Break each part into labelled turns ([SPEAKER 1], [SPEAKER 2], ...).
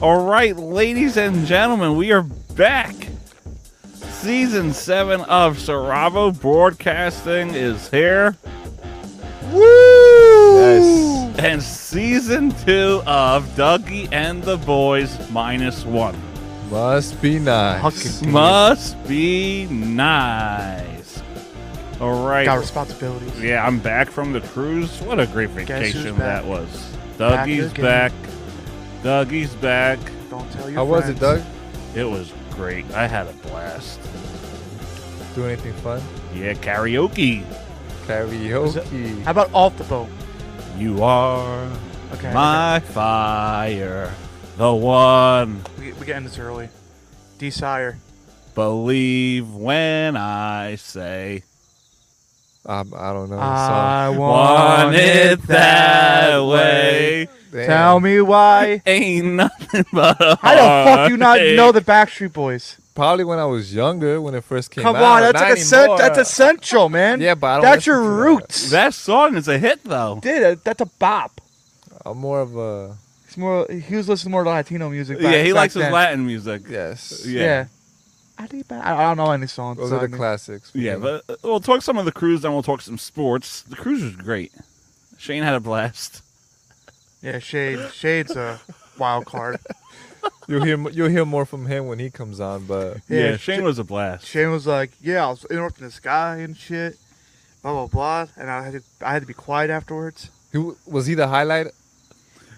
[SPEAKER 1] All right, ladies and gentlemen, we are back. Season 7 of Saravo Broadcasting is here. Woo!
[SPEAKER 2] Yes.
[SPEAKER 1] And season 2 of Dougie and the Boys minus 1.
[SPEAKER 2] Must be nice.
[SPEAKER 3] Fucking
[SPEAKER 1] Must be nice. All right.
[SPEAKER 3] got responsibilities.
[SPEAKER 1] Yeah, I'm back from the cruise. What a great
[SPEAKER 3] who's
[SPEAKER 1] vacation
[SPEAKER 3] back?
[SPEAKER 1] that was.
[SPEAKER 3] Back
[SPEAKER 1] Dougie's
[SPEAKER 3] again.
[SPEAKER 1] back. Dougie's back.
[SPEAKER 3] Don't tell your
[SPEAKER 2] How was it,
[SPEAKER 3] friends.
[SPEAKER 2] Doug?
[SPEAKER 1] It was great. I had a blast.
[SPEAKER 2] Do anything fun?
[SPEAKER 1] Yeah, karaoke.
[SPEAKER 2] Karaoke.
[SPEAKER 3] How about off the boat?
[SPEAKER 1] You are
[SPEAKER 3] Okay.
[SPEAKER 1] my fire, the one.
[SPEAKER 3] okay. We, we can end this early. Desire.
[SPEAKER 1] Believe when I say
[SPEAKER 2] Um, I don't know.
[SPEAKER 3] I
[SPEAKER 1] want it that way.
[SPEAKER 2] so, damn.
[SPEAKER 3] Tell me why.
[SPEAKER 1] Ain't nothing but a
[SPEAKER 3] How the fuck you not
[SPEAKER 1] heartache.
[SPEAKER 3] know the Backstreet Boys?
[SPEAKER 2] Probably when I was younger, when it first came
[SPEAKER 3] Come
[SPEAKER 2] out.
[SPEAKER 3] on, that's
[SPEAKER 2] Not
[SPEAKER 3] like essential.
[SPEAKER 2] anymore.
[SPEAKER 3] That's essential, man.
[SPEAKER 2] Yeah, but I don't
[SPEAKER 3] that's your
[SPEAKER 2] listen to that.
[SPEAKER 3] roots.
[SPEAKER 1] That song is a hit though.
[SPEAKER 3] did it. That's a bop.
[SPEAKER 2] I'm more of a
[SPEAKER 3] He's more. He was listening more to Latino music. Back,
[SPEAKER 1] Yeah, he
[SPEAKER 3] back
[SPEAKER 1] likes his
[SPEAKER 3] then.
[SPEAKER 1] Latin music.
[SPEAKER 2] yes.
[SPEAKER 1] Yeah.
[SPEAKER 3] Yeah. I think that- I I don't know any songs.
[SPEAKER 2] Those
[SPEAKER 3] so I
[SPEAKER 2] are the
[SPEAKER 3] mean-
[SPEAKER 2] classics. for
[SPEAKER 1] Yeah,
[SPEAKER 2] me.
[SPEAKER 1] but uh, we'll talk some of the cruise, then we'll talk some sports. The cruise was great. Shane had a blast.
[SPEAKER 3] yeah, Shade. Shade's a wild card.
[SPEAKER 2] you'll hear you'll hear more from him when he comes on. But
[SPEAKER 1] Yeah,
[SPEAKER 3] Yeah,
[SPEAKER 1] Shane
[SPEAKER 3] Sh-
[SPEAKER 1] was a blast.
[SPEAKER 3] Shane was like, "Yeah, I was interrupting this guy and shit, blah blah blah," and I had to, I had to be quiet afterwards.
[SPEAKER 2] he, w- was he the highlight?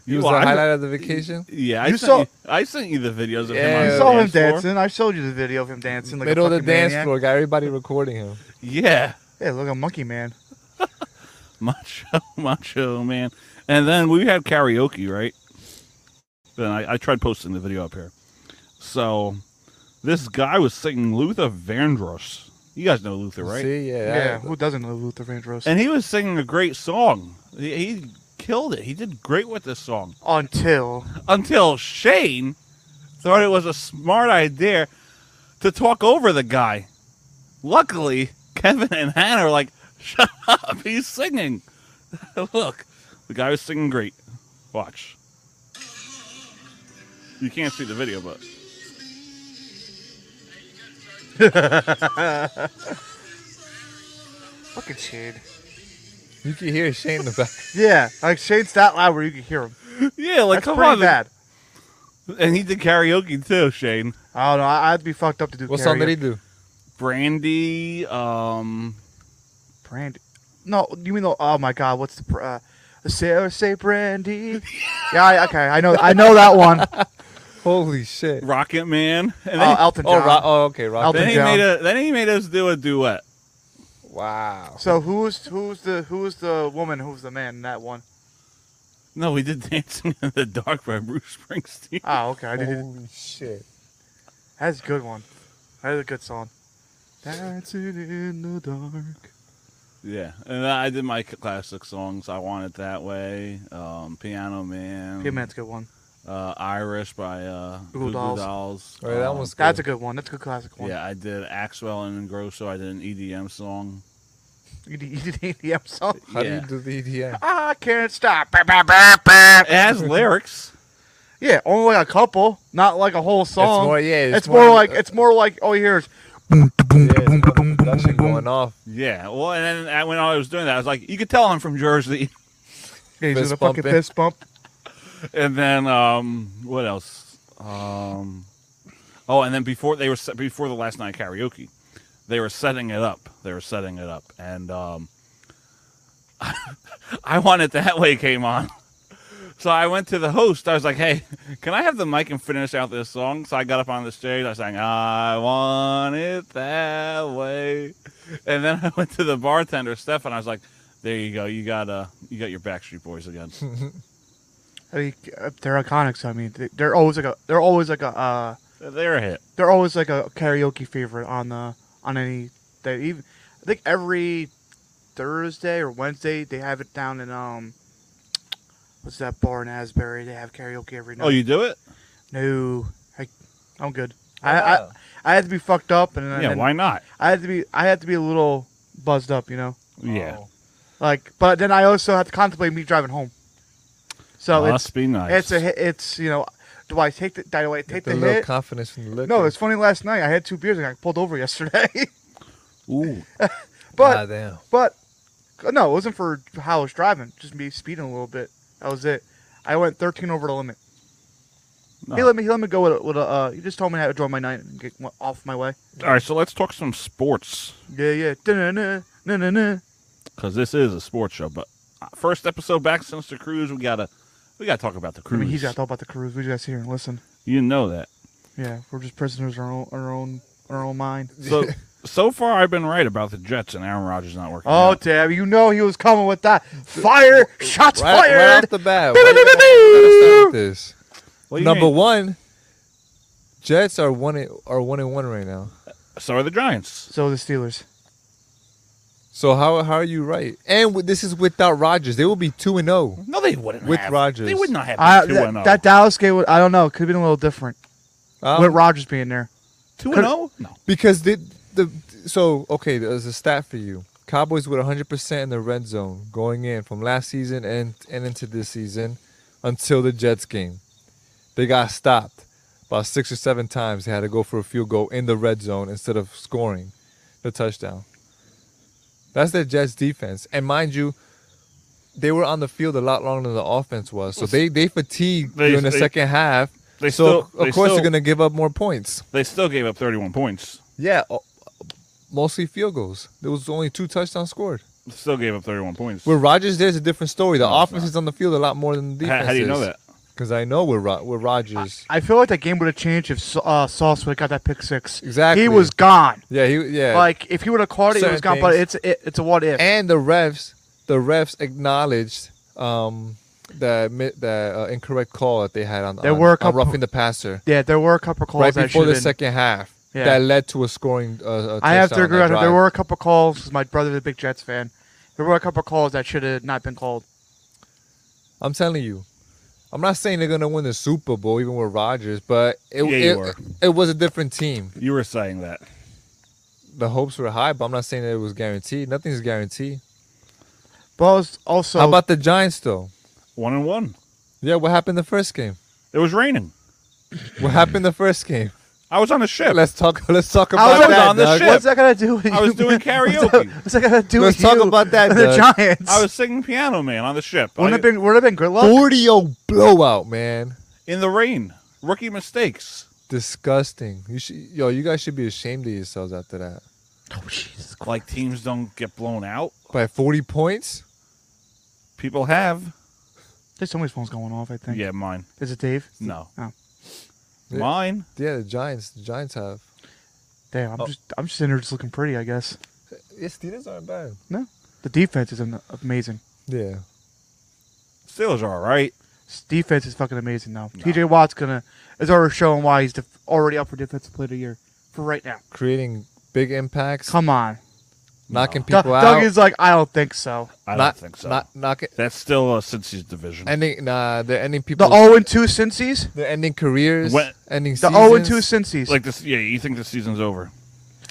[SPEAKER 2] He
[SPEAKER 1] You
[SPEAKER 2] was the
[SPEAKER 1] are-
[SPEAKER 2] highlight of the vacation.
[SPEAKER 1] Yeah, I
[SPEAKER 3] You
[SPEAKER 1] sent
[SPEAKER 3] saw-
[SPEAKER 1] you, I sent you the videos of
[SPEAKER 2] Yeah.
[SPEAKER 1] him. On
[SPEAKER 3] You
[SPEAKER 1] the E
[SPEAKER 3] saw him
[SPEAKER 1] dance floor.
[SPEAKER 3] dancing. I showed you the video of him dancing. Like
[SPEAKER 2] Middle
[SPEAKER 3] a
[SPEAKER 2] of the
[SPEAKER 3] fucking
[SPEAKER 2] dance
[SPEAKER 3] maniac.
[SPEAKER 2] floor, got everybody recording him.
[SPEAKER 1] Yeah,
[SPEAKER 3] Yeah, look a monkey man.
[SPEAKER 1] macho, macho man. And then we had karaoke, right? Then I, I tried posting the video up here. So this guy was singing Luther Vandross. You guys know Luther, right?
[SPEAKER 2] See, yeah,
[SPEAKER 3] Yeah,
[SPEAKER 2] yeah.
[SPEAKER 3] who doesn't know Luther Vandross?
[SPEAKER 1] And he was singing a great song. He, he killed it. He did great with this song.
[SPEAKER 3] Until
[SPEAKER 1] until Shane thought it was a smart idea to talk over the guy. Luckily, Kevin and Hannah are like, shut up, he's singing. Look, the guy was singing great. Watch. You can't see the video, but.
[SPEAKER 3] fucking Shade.
[SPEAKER 2] You can hear Shane in the back.
[SPEAKER 3] Yeah, like Shade's that loud where you can hear him.
[SPEAKER 1] Yeah, like,
[SPEAKER 3] That's
[SPEAKER 1] come
[SPEAKER 3] pretty
[SPEAKER 1] on.
[SPEAKER 3] bad.
[SPEAKER 1] And he did karaoke too, Shane.
[SPEAKER 3] I don't know. I- I'd be fucked up to do.
[SPEAKER 2] What song did he
[SPEAKER 3] karaoke.
[SPEAKER 2] do?
[SPEAKER 1] Brandy, um,
[SPEAKER 3] Brandy. No, you mean the? Oh my God, what's the? pr- Uh, Sarah say Brandy. yeah, I, okay, I know. I know that one. Oh,
[SPEAKER 2] Holy shit!
[SPEAKER 1] Rocket Man. And then,
[SPEAKER 3] Elton
[SPEAKER 2] Oh,
[SPEAKER 3] John.
[SPEAKER 2] Ro- oh, okay, Rock.
[SPEAKER 3] Elton
[SPEAKER 1] then he
[SPEAKER 3] John.
[SPEAKER 1] made a, then he made us do a duet.
[SPEAKER 2] Wow.
[SPEAKER 3] So who's who's the who's the woman? Who's the man in that one?
[SPEAKER 1] No, we did Dancing in the Dark by Bruce Springsteen.
[SPEAKER 3] Oh, okay. I did.
[SPEAKER 2] Holy shit.
[SPEAKER 3] That's a good one. That is a good song. Dancing in the dark.
[SPEAKER 1] Yeah, and I did my c- classic songs. I want it that way. Um, Piano Man.
[SPEAKER 3] Yeah, man's a good one.
[SPEAKER 1] Uh, Irish by uh,
[SPEAKER 3] Google Dolls. Oh,
[SPEAKER 2] All right, Oh, that
[SPEAKER 1] Um,
[SPEAKER 2] one's good.
[SPEAKER 3] That's a good one. That's a good classic one.
[SPEAKER 1] Yeah, I did Axwell and Grosso. I did an EDM song.
[SPEAKER 3] You did, you did the EDM song. Ah,
[SPEAKER 2] How
[SPEAKER 1] yeah.
[SPEAKER 2] do you do the E EDM?
[SPEAKER 3] I can't stop. Bah, bah, bah, bah.
[SPEAKER 1] It has lyrics.
[SPEAKER 3] Yeah, only like a couple, not like a whole song.
[SPEAKER 2] more- yeah, it's
[SPEAKER 3] it's, more,
[SPEAKER 2] more-
[SPEAKER 3] like it's more like oh, all you hear is
[SPEAKER 2] Yeah, it's got the production going off.
[SPEAKER 1] Yeah. Well, and then I, when I was doing that, I was like, you could tell I'm from Jersey.
[SPEAKER 3] yeah,
[SPEAKER 2] Fist
[SPEAKER 3] he's doing a fucking
[SPEAKER 2] bumping.
[SPEAKER 3] fist bump.
[SPEAKER 1] And then um, what else? Um, oh, and then before they were se- before the last night karaoke, they were setting it up. They were setting it up, and um, I want it that way came on. So I went to the host. I was like, "Hey, can I have the mic and finish out this song?" So I got up on the stage. I sang, "I want it that way," and then I went to the bartender, Stefan. I was like, "There you go. You got uh, you got your Backstreet Boys again."
[SPEAKER 3] I mean, uh, they're iconic. So I mean, they- they're always like a they're always like a uh,
[SPEAKER 1] They're a hit.
[SPEAKER 3] they're always like a karaoke favorite on the on any they even I think every Thursday or Wednesday they have it down in um what's that bar in Asbury? They have karaoke every night.
[SPEAKER 1] Oh, you do it?
[SPEAKER 3] no, I, I'm good. I, I I had to be fucked up and,
[SPEAKER 1] yeah,
[SPEAKER 3] and
[SPEAKER 1] why not?
[SPEAKER 3] I had to be I had to be a little buzzed up, you know.
[SPEAKER 1] Yeah,
[SPEAKER 2] Oh.
[SPEAKER 3] Like, but then I also have to contemplate me driving home. So
[SPEAKER 1] must be Oh, nice.
[SPEAKER 3] it's it's a it's you know Do I take the? Do I take
[SPEAKER 2] the
[SPEAKER 3] the,
[SPEAKER 2] little
[SPEAKER 3] hit?
[SPEAKER 2] confidence from the liquor.
[SPEAKER 3] No, it's funny. Last night I had two beers and I pulled over yesterday.
[SPEAKER 1] Ooh.
[SPEAKER 3] but
[SPEAKER 2] God damn.
[SPEAKER 3] But no, it wasn't for how I was driving. Just me speeding a little bit. That was it. I went 13 over the limit. He
[SPEAKER 1] No.
[SPEAKER 3] let me. He let me go with a. With a uh, he just told me how to draw my night and get w- off my way.
[SPEAKER 1] All right, so let's talk some sports
[SPEAKER 3] Yeah, yeah. Da-na-na, na-na-na.
[SPEAKER 1] because this is a sports show. But uh, first episode back since the cruise, we gotta we gotta talk about the
[SPEAKER 3] I
[SPEAKER 1] cruise.
[SPEAKER 3] mean, he's got to talk about the cruise. We just gotta sit here and listen.
[SPEAKER 1] you know that.
[SPEAKER 3] Yeah, we're just prisoners of our own, our own, our own mind.
[SPEAKER 1] So so far, I've been right about the Jets and Aaron Rodgers not working.
[SPEAKER 3] Oh,
[SPEAKER 1] out.
[SPEAKER 3] damn! You know he was coming with that fire. Shots
[SPEAKER 2] Right, right
[SPEAKER 3] fired.
[SPEAKER 2] off the bat.
[SPEAKER 3] Beep,
[SPEAKER 2] why you
[SPEAKER 3] beep,
[SPEAKER 2] gotta-
[SPEAKER 3] beep,
[SPEAKER 2] gotta start
[SPEAKER 3] beep.
[SPEAKER 2] with this.
[SPEAKER 1] What do you
[SPEAKER 2] Number
[SPEAKER 1] mean?
[SPEAKER 2] one, Jets are one in, are one and one right now.
[SPEAKER 1] So are the Giants.
[SPEAKER 3] so the Steelers.
[SPEAKER 2] So how how are you right? And w- this is without Rodgers. They will be two and oh. zero.
[SPEAKER 1] No, they wouldn't.
[SPEAKER 2] With
[SPEAKER 1] have.
[SPEAKER 2] Rodgers.
[SPEAKER 1] they would not have
[SPEAKER 3] I,
[SPEAKER 1] been two and oh.
[SPEAKER 3] that, that Dallas game, was- I don't know. Could have been a little different with
[SPEAKER 2] Um,
[SPEAKER 3] Rogers being there.
[SPEAKER 1] Two and zero? No.
[SPEAKER 2] because the the so okay. There's a stat for you. Cowboys with 100 percent in the red zone going in from last season and and into this season until the Jets game. They got stopped about six or seven times. They had to go for a field goal in the red zone instead of scoring the touchdown. That's the Jets defense, and mind you. They were on the field a lot longer than the offense was, so they they fatigued
[SPEAKER 1] They-
[SPEAKER 2] during the
[SPEAKER 1] they-
[SPEAKER 2] second half.
[SPEAKER 1] They
[SPEAKER 2] so
[SPEAKER 1] still. they
[SPEAKER 2] of course
[SPEAKER 1] still,
[SPEAKER 2] they're gonna give up more points.
[SPEAKER 1] They still gave up thirty-one points.
[SPEAKER 2] Yeah, o- mostly field goals. There was only two touchdowns scored.
[SPEAKER 1] Still gave up thirty-one points.
[SPEAKER 2] With Rodgers, there's a different story. The
[SPEAKER 1] No, it's
[SPEAKER 2] offense is on the field a lot more than the
[SPEAKER 1] Oh, how,
[SPEAKER 2] defense.
[SPEAKER 1] how do you know that?
[SPEAKER 2] Because I know with Rod- with Rodgers.
[SPEAKER 3] I feel like that game would have changed if Sa- uh, Sauce would have got that pick six.
[SPEAKER 2] Exactly.
[SPEAKER 3] He was gone.
[SPEAKER 2] Yeah, he yeah.
[SPEAKER 3] Like if he would have caught it, he
[SPEAKER 2] Certain
[SPEAKER 3] was gone. But
[SPEAKER 2] things.
[SPEAKER 3] it's it, it's a what if.
[SPEAKER 2] and the refs, the refs acknowledged um the mi- the uh, incorrect call that they had on
[SPEAKER 3] There
[SPEAKER 2] on-
[SPEAKER 3] were a
[SPEAKER 2] on
[SPEAKER 3] couple-
[SPEAKER 2] roughing the passer
[SPEAKER 3] yeah, there were a couple calls
[SPEAKER 2] right
[SPEAKER 3] that
[SPEAKER 2] before the
[SPEAKER 3] should've been-
[SPEAKER 2] second half
[SPEAKER 3] Yeah.
[SPEAKER 2] that led to a scoring. Uh, a
[SPEAKER 3] I have to
[SPEAKER 2] touchdown
[SPEAKER 3] agree.
[SPEAKER 2] on
[SPEAKER 3] with
[SPEAKER 2] that
[SPEAKER 3] him. There
[SPEAKER 2] drive.
[SPEAKER 3] were a couple calls. 'cause My brother's a big Jets fan. There were a couple calls that should have not been called.
[SPEAKER 2] I'm telling you. I'm not saying they're gonna win the Super Bowl even with Rodgers, but
[SPEAKER 1] Yeah,
[SPEAKER 2] it
[SPEAKER 1] you
[SPEAKER 2] it-
[SPEAKER 1] are.
[SPEAKER 2] it was a different team.
[SPEAKER 1] You were saying that.
[SPEAKER 2] The hopes were high, but I'm not saying that it was guaranteed. Nothing's guaranteed.
[SPEAKER 3] But I was also
[SPEAKER 2] How about the Giants though?
[SPEAKER 1] One and one.
[SPEAKER 2] Yeah, what happened the first game?
[SPEAKER 1] It was raining.
[SPEAKER 2] What
[SPEAKER 1] Hmm.
[SPEAKER 2] happened the first game?
[SPEAKER 1] I was on a ship.
[SPEAKER 2] Let's talk. Let's talk
[SPEAKER 3] How
[SPEAKER 2] about
[SPEAKER 3] about
[SPEAKER 2] that.
[SPEAKER 1] on the
[SPEAKER 2] dog.
[SPEAKER 1] ship.
[SPEAKER 3] what's that gonna do? With
[SPEAKER 1] I was
[SPEAKER 3] you?
[SPEAKER 1] doing
[SPEAKER 3] What's that,
[SPEAKER 1] karaoke.
[SPEAKER 3] what's that gonna do?
[SPEAKER 2] Let's
[SPEAKER 3] with
[SPEAKER 2] talk
[SPEAKER 3] you
[SPEAKER 2] about that,
[SPEAKER 3] and the
[SPEAKER 2] Doug.
[SPEAKER 3] Giants.
[SPEAKER 1] I was singing Piano Man on the ship.
[SPEAKER 3] Wouldn't
[SPEAKER 1] I-
[SPEAKER 3] have been would have been good luck.
[SPEAKER 2] Forty-o blowout, man.
[SPEAKER 1] in the rain. Rookie mistakes.
[SPEAKER 2] Disgusting. You should, yo, you guys should be ashamed of yourselves after that.
[SPEAKER 3] Oh,
[SPEAKER 1] Like teams don't get blown out.
[SPEAKER 2] By forty points.
[SPEAKER 1] People have.
[SPEAKER 3] There's somebody's phone's going off. I think.
[SPEAKER 1] Yeah, mine.
[SPEAKER 3] Is it Dave?
[SPEAKER 1] No.
[SPEAKER 3] Oh.
[SPEAKER 2] Yeah.
[SPEAKER 1] Mine.
[SPEAKER 2] Yeah, the Giants. The Giants have.
[SPEAKER 3] Damn. I'm
[SPEAKER 2] Oh.
[SPEAKER 3] just I'm just in there just looking pretty. I guess.
[SPEAKER 2] Yeah, Steelers aren't bad.
[SPEAKER 3] The defense is am- amazing.
[SPEAKER 2] Yeah.
[SPEAKER 1] Steelers are all right.
[SPEAKER 3] His defense is fucking amazing now.
[SPEAKER 1] No.
[SPEAKER 3] TJ Watt's gonna is already showing why he's def- already up for defensive player of the year for right now.
[SPEAKER 2] Creating big impacts.
[SPEAKER 3] Come on,
[SPEAKER 2] knocking
[SPEAKER 1] No.
[SPEAKER 3] Doug-
[SPEAKER 2] people out.
[SPEAKER 3] Doug is like, I don't think so.
[SPEAKER 1] I don't
[SPEAKER 2] not,
[SPEAKER 1] think so.
[SPEAKER 2] Not knocking.
[SPEAKER 1] That's still a Cincy's division.
[SPEAKER 2] Ending. Nah, they're ending
[SPEAKER 3] The
[SPEAKER 2] people.
[SPEAKER 3] zero and two Cincy's,
[SPEAKER 2] They're ending careers.
[SPEAKER 1] When-
[SPEAKER 2] ending
[SPEAKER 3] the zero and two
[SPEAKER 2] seasons.
[SPEAKER 3] Cincy's.
[SPEAKER 1] like this, yeah. You think the season's over?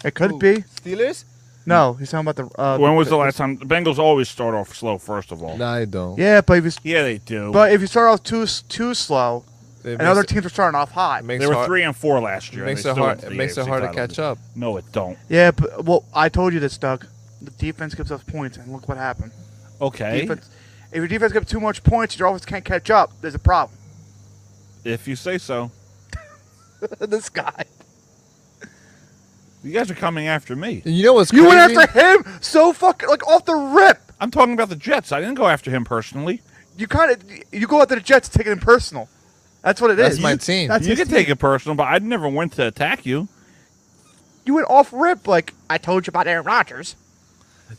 [SPEAKER 3] it could
[SPEAKER 2] Who?
[SPEAKER 3] be.
[SPEAKER 2] Steelers?
[SPEAKER 3] No, he's talking about the. Uh,
[SPEAKER 1] when was the last time the Bengals always start off slow? First of all,
[SPEAKER 2] No, I don't.
[SPEAKER 3] Yeah, but if you,
[SPEAKER 1] yeah, they do.
[SPEAKER 3] but if you start off too s- too slow,
[SPEAKER 2] It
[SPEAKER 3] and
[SPEAKER 2] makes
[SPEAKER 3] other
[SPEAKER 2] it-
[SPEAKER 3] teams are starting off high.
[SPEAKER 2] it makes
[SPEAKER 1] they were
[SPEAKER 2] it hard-
[SPEAKER 1] three and four last year.
[SPEAKER 2] It makes
[SPEAKER 1] They
[SPEAKER 2] it
[SPEAKER 1] still
[SPEAKER 2] hard.
[SPEAKER 1] went
[SPEAKER 2] It
[SPEAKER 1] the
[SPEAKER 2] makes it
[SPEAKER 1] AFC
[SPEAKER 2] hard to
[SPEAKER 1] title.
[SPEAKER 2] catch up.
[SPEAKER 1] No, it don't.
[SPEAKER 3] Yeah, but well, I told you this, Doug. The defense gives up points, and look what happened.
[SPEAKER 1] Okay,
[SPEAKER 3] Defense, if your defense gives up too much points, your offense can't catch up. There's a problem.
[SPEAKER 1] if you say so.
[SPEAKER 3] this guy.
[SPEAKER 1] You guys are coming after me.
[SPEAKER 2] You know what's
[SPEAKER 3] You went
[SPEAKER 2] crazy?
[SPEAKER 3] after him so fucking like off the rip.
[SPEAKER 1] I'm talking about the Jets. I didn't go after him personally.
[SPEAKER 3] You kind of you go after the Jets, take it in personal. That's what it is.
[SPEAKER 2] That's my team.
[SPEAKER 3] That's
[SPEAKER 1] you
[SPEAKER 3] his
[SPEAKER 1] can
[SPEAKER 3] team.
[SPEAKER 1] take it personal, but I never went to attack you.
[SPEAKER 3] You went off rip like I told you about Aaron Rodgers.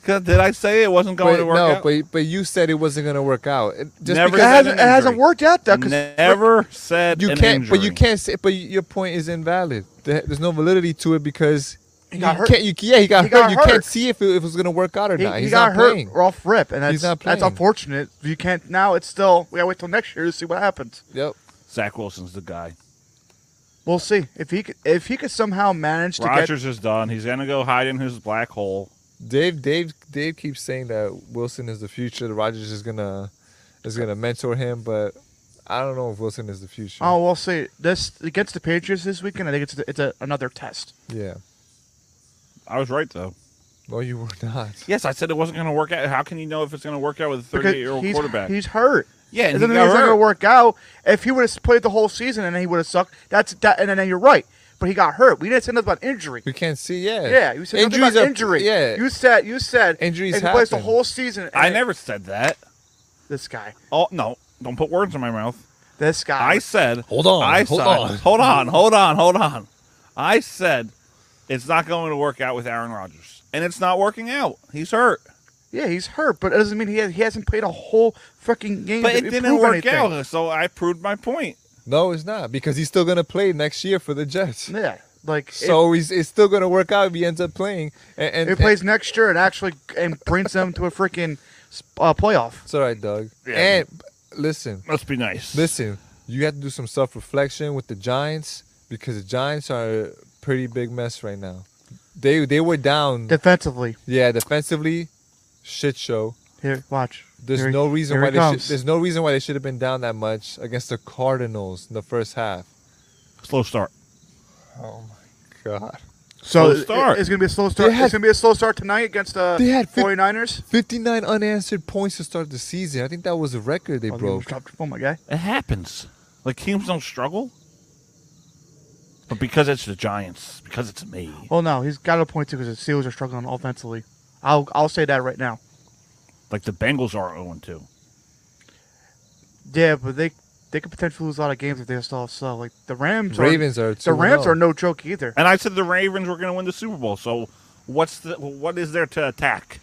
[SPEAKER 1] 'Cause Did I say it wasn't going
[SPEAKER 2] But
[SPEAKER 1] to work
[SPEAKER 2] no,
[SPEAKER 1] out?
[SPEAKER 2] but but you said it wasn't gonna work out. It,
[SPEAKER 1] Never
[SPEAKER 2] just
[SPEAKER 3] It
[SPEAKER 1] said
[SPEAKER 2] because
[SPEAKER 3] hasn't, it
[SPEAKER 1] an
[SPEAKER 3] hasn't
[SPEAKER 1] injury.
[SPEAKER 3] worked out though. Cause
[SPEAKER 1] never said
[SPEAKER 2] you
[SPEAKER 1] an
[SPEAKER 2] can't. But you
[SPEAKER 1] injury.
[SPEAKER 2] can't say. But y- your point is invalid. There- There's no validity to it because
[SPEAKER 3] He got
[SPEAKER 2] you
[SPEAKER 3] hurt.
[SPEAKER 2] Can't, you, yeah, he got
[SPEAKER 3] He
[SPEAKER 2] hurt.
[SPEAKER 3] got
[SPEAKER 2] you
[SPEAKER 3] hurt.
[SPEAKER 2] can't see if it, if it was gonna work out or
[SPEAKER 3] He,
[SPEAKER 2] not.
[SPEAKER 3] he
[SPEAKER 2] He's
[SPEAKER 3] got
[SPEAKER 2] not
[SPEAKER 3] hurt
[SPEAKER 2] playing.
[SPEAKER 3] off rip, and that's
[SPEAKER 2] not
[SPEAKER 3] that's
[SPEAKER 2] playing.
[SPEAKER 3] unfortunate. You can't now. It's still we gotta wait till next year to see what happens.
[SPEAKER 2] Yep.
[SPEAKER 1] Zach Wilson's the guy.
[SPEAKER 3] We'll see if he could, if he could somehow manage to
[SPEAKER 1] Rogers is done. He's gonna go hide in his black hole.
[SPEAKER 2] Dave, Dave, Dave keeps saying that Wilson is the future. That Rogers is gonna is gonna mentor him, but I don't know if Wilson is the future.
[SPEAKER 3] Oh, we'll see. This against the Patriots this weekend. I think it's it's a, another test.
[SPEAKER 2] yeah.
[SPEAKER 1] I was right though.
[SPEAKER 2] No, you were not.
[SPEAKER 1] Yes, I said it wasn't going to work out. How can you know if it's going to work out with a
[SPEAKER 3] Because
[SPEAKER 1] 38 year old
[SPEAKER 3] he's-
[SPEAKER 1] quarterback?
[SPEAKER 3] He's hurt.
[SPEAKER 1] yeah,
[SPEAKER 3] And
[SPEAKER 1] and
[SPEAKER 3] then
[SPEAKER 1] he
[SPEAKER 3] he's
[SPEAKER 1] got
[SPEAKER 3] not gonna
[SPEAKER 1] hurt.
[SPEAKER 3] work out. If he would have played the whole season and he would have sucked, that's that. And then you're right. But he got hurt. We didn't say nothing about injury.
[SPEAKER 2] We can't see. Yeah.
[SPEAKER 3] Yeah, you said nothing about
[SPEAKER 2] are-
[SPEAKER 3] injury.
[SPEAKER 2] Yeah.
[SPEAKER 3] you said you said
[SPEAKER 2] Injuries
[SPEAKER 3] If he plays the
[SPEAKER 2] happen.
[SPEAKER 3] whole season. and
[SPEAKER 1] I
[SPEAKER 3] it-
[SPEAKER 1] never said that.
[SPEAKER 3] This guy.
[SPEAKER 1] Oh no, don't put words in my mouth.
[SPEAKER 3] This guy.
[SPEAKER 1] I said,
[SPEAKER 2] Hold on,
[SPEAKER 1] I
[SPEAKER 2] hold
[SPEAKER 1] said,
[SPEAKER 2] on.
[SPEAKER 1] hold on, hold on, hold on. I said it's not going to work out with Aaron Rodgers, and it's not working out. He's hurt,
[SPEAKER 3] yeah, he's hurt, but it doesn't mean he has, he hasn't played a whole fucking game.
[SPEAKER 1] but
[SPEAKER 3] to
[SPEAKER 1] it didn't
[SPEAKER 3] prove
[SPEAKER 1] work
[SPEAKER 3] anything.
[SPEAKER 1] out. So I proved my point.
[SPEAKER 2] No, it's not because he's still gonna play next year for the Jets.
[SPEAKER 3] Yeah, like it-
[SPEAKER 2] So he's it's still gonna work out if he ends up playing. And, and
[SPEAKER 3] if he plays next year and actually and brings them to a freaking uh, playoff.
[SPEAKER 2] It's all right, Doug.
[SPEAKER 1] Yeah.
[SPEAKER 2] And listen,
[SPEAKER 1] Must be nice.
[SPEAKER 2] listen, you have to do some self reflection with the Giants because the Giants are a pretty big mess right now. They they were down.
[SPEAKER 3] Defensively,
[SPEAKER 2] yeah, defensively, shit show.
[SPEAKER 3] here, watch.
[SPEAKER 2] There's
[SPEAKER 3] Here he-
[SPEAKER 2] no reason
[SPEAKER 3] here
[SPEAKER 2] why they
[SPEAKER 3] he
[SPEAKER 2] should,
[SPEAKER 3] comes.
[SPEAKER 2] there's no reason why they should have been down that much against the Cardinals in the first half.
[SPEAKER 1] slow start.
[SPEAKER 2] Oh my god.
[SPEAKER 3] So
[SPEAKER 1] Slow start.
[SPEAKER 3] it- it's gonna be a slow start.
[SPEAKER 2] They had-
[SPEAKER 3] it's gonna be a slow start tonight against uh, the
[SPEAKER 2] They had fif-
[SPEAKER 3] 49ers.
[SPEAKER 2] 59 unanswered points to start the season. I think that was a record they
[SPEAKER 3] Oh, they almost
[SPEAKER 2] broke.
[SPEAKER 3] dropped- Oh my guy.
[SPEAKER 1] It happens. Like teams don't struggle, but because it's the Giants, because it's me,
[SPEAKER 3] Well, no, he's got a point too because the Steelers are struggling offensively. I'll I'll say that right now.
[SPEAKER 1] like the Bengals are 0 2.
[SPEAKER 3] Yeah, but they they could potentially lose a lot of games if they still sell. Like the Rams,
[SPEAKER 2] Ravens
[SPEAKER 3] are
[SPEAKER 2] are oh.
[SPEAKER 3] the Rams
[SPEAKER 2] 2-0.
[SPEAKER 3] are no joke either.
[SPEAKER 1] And I said the Ravens were going to win the Super Bowl. So what's the what is there to attack?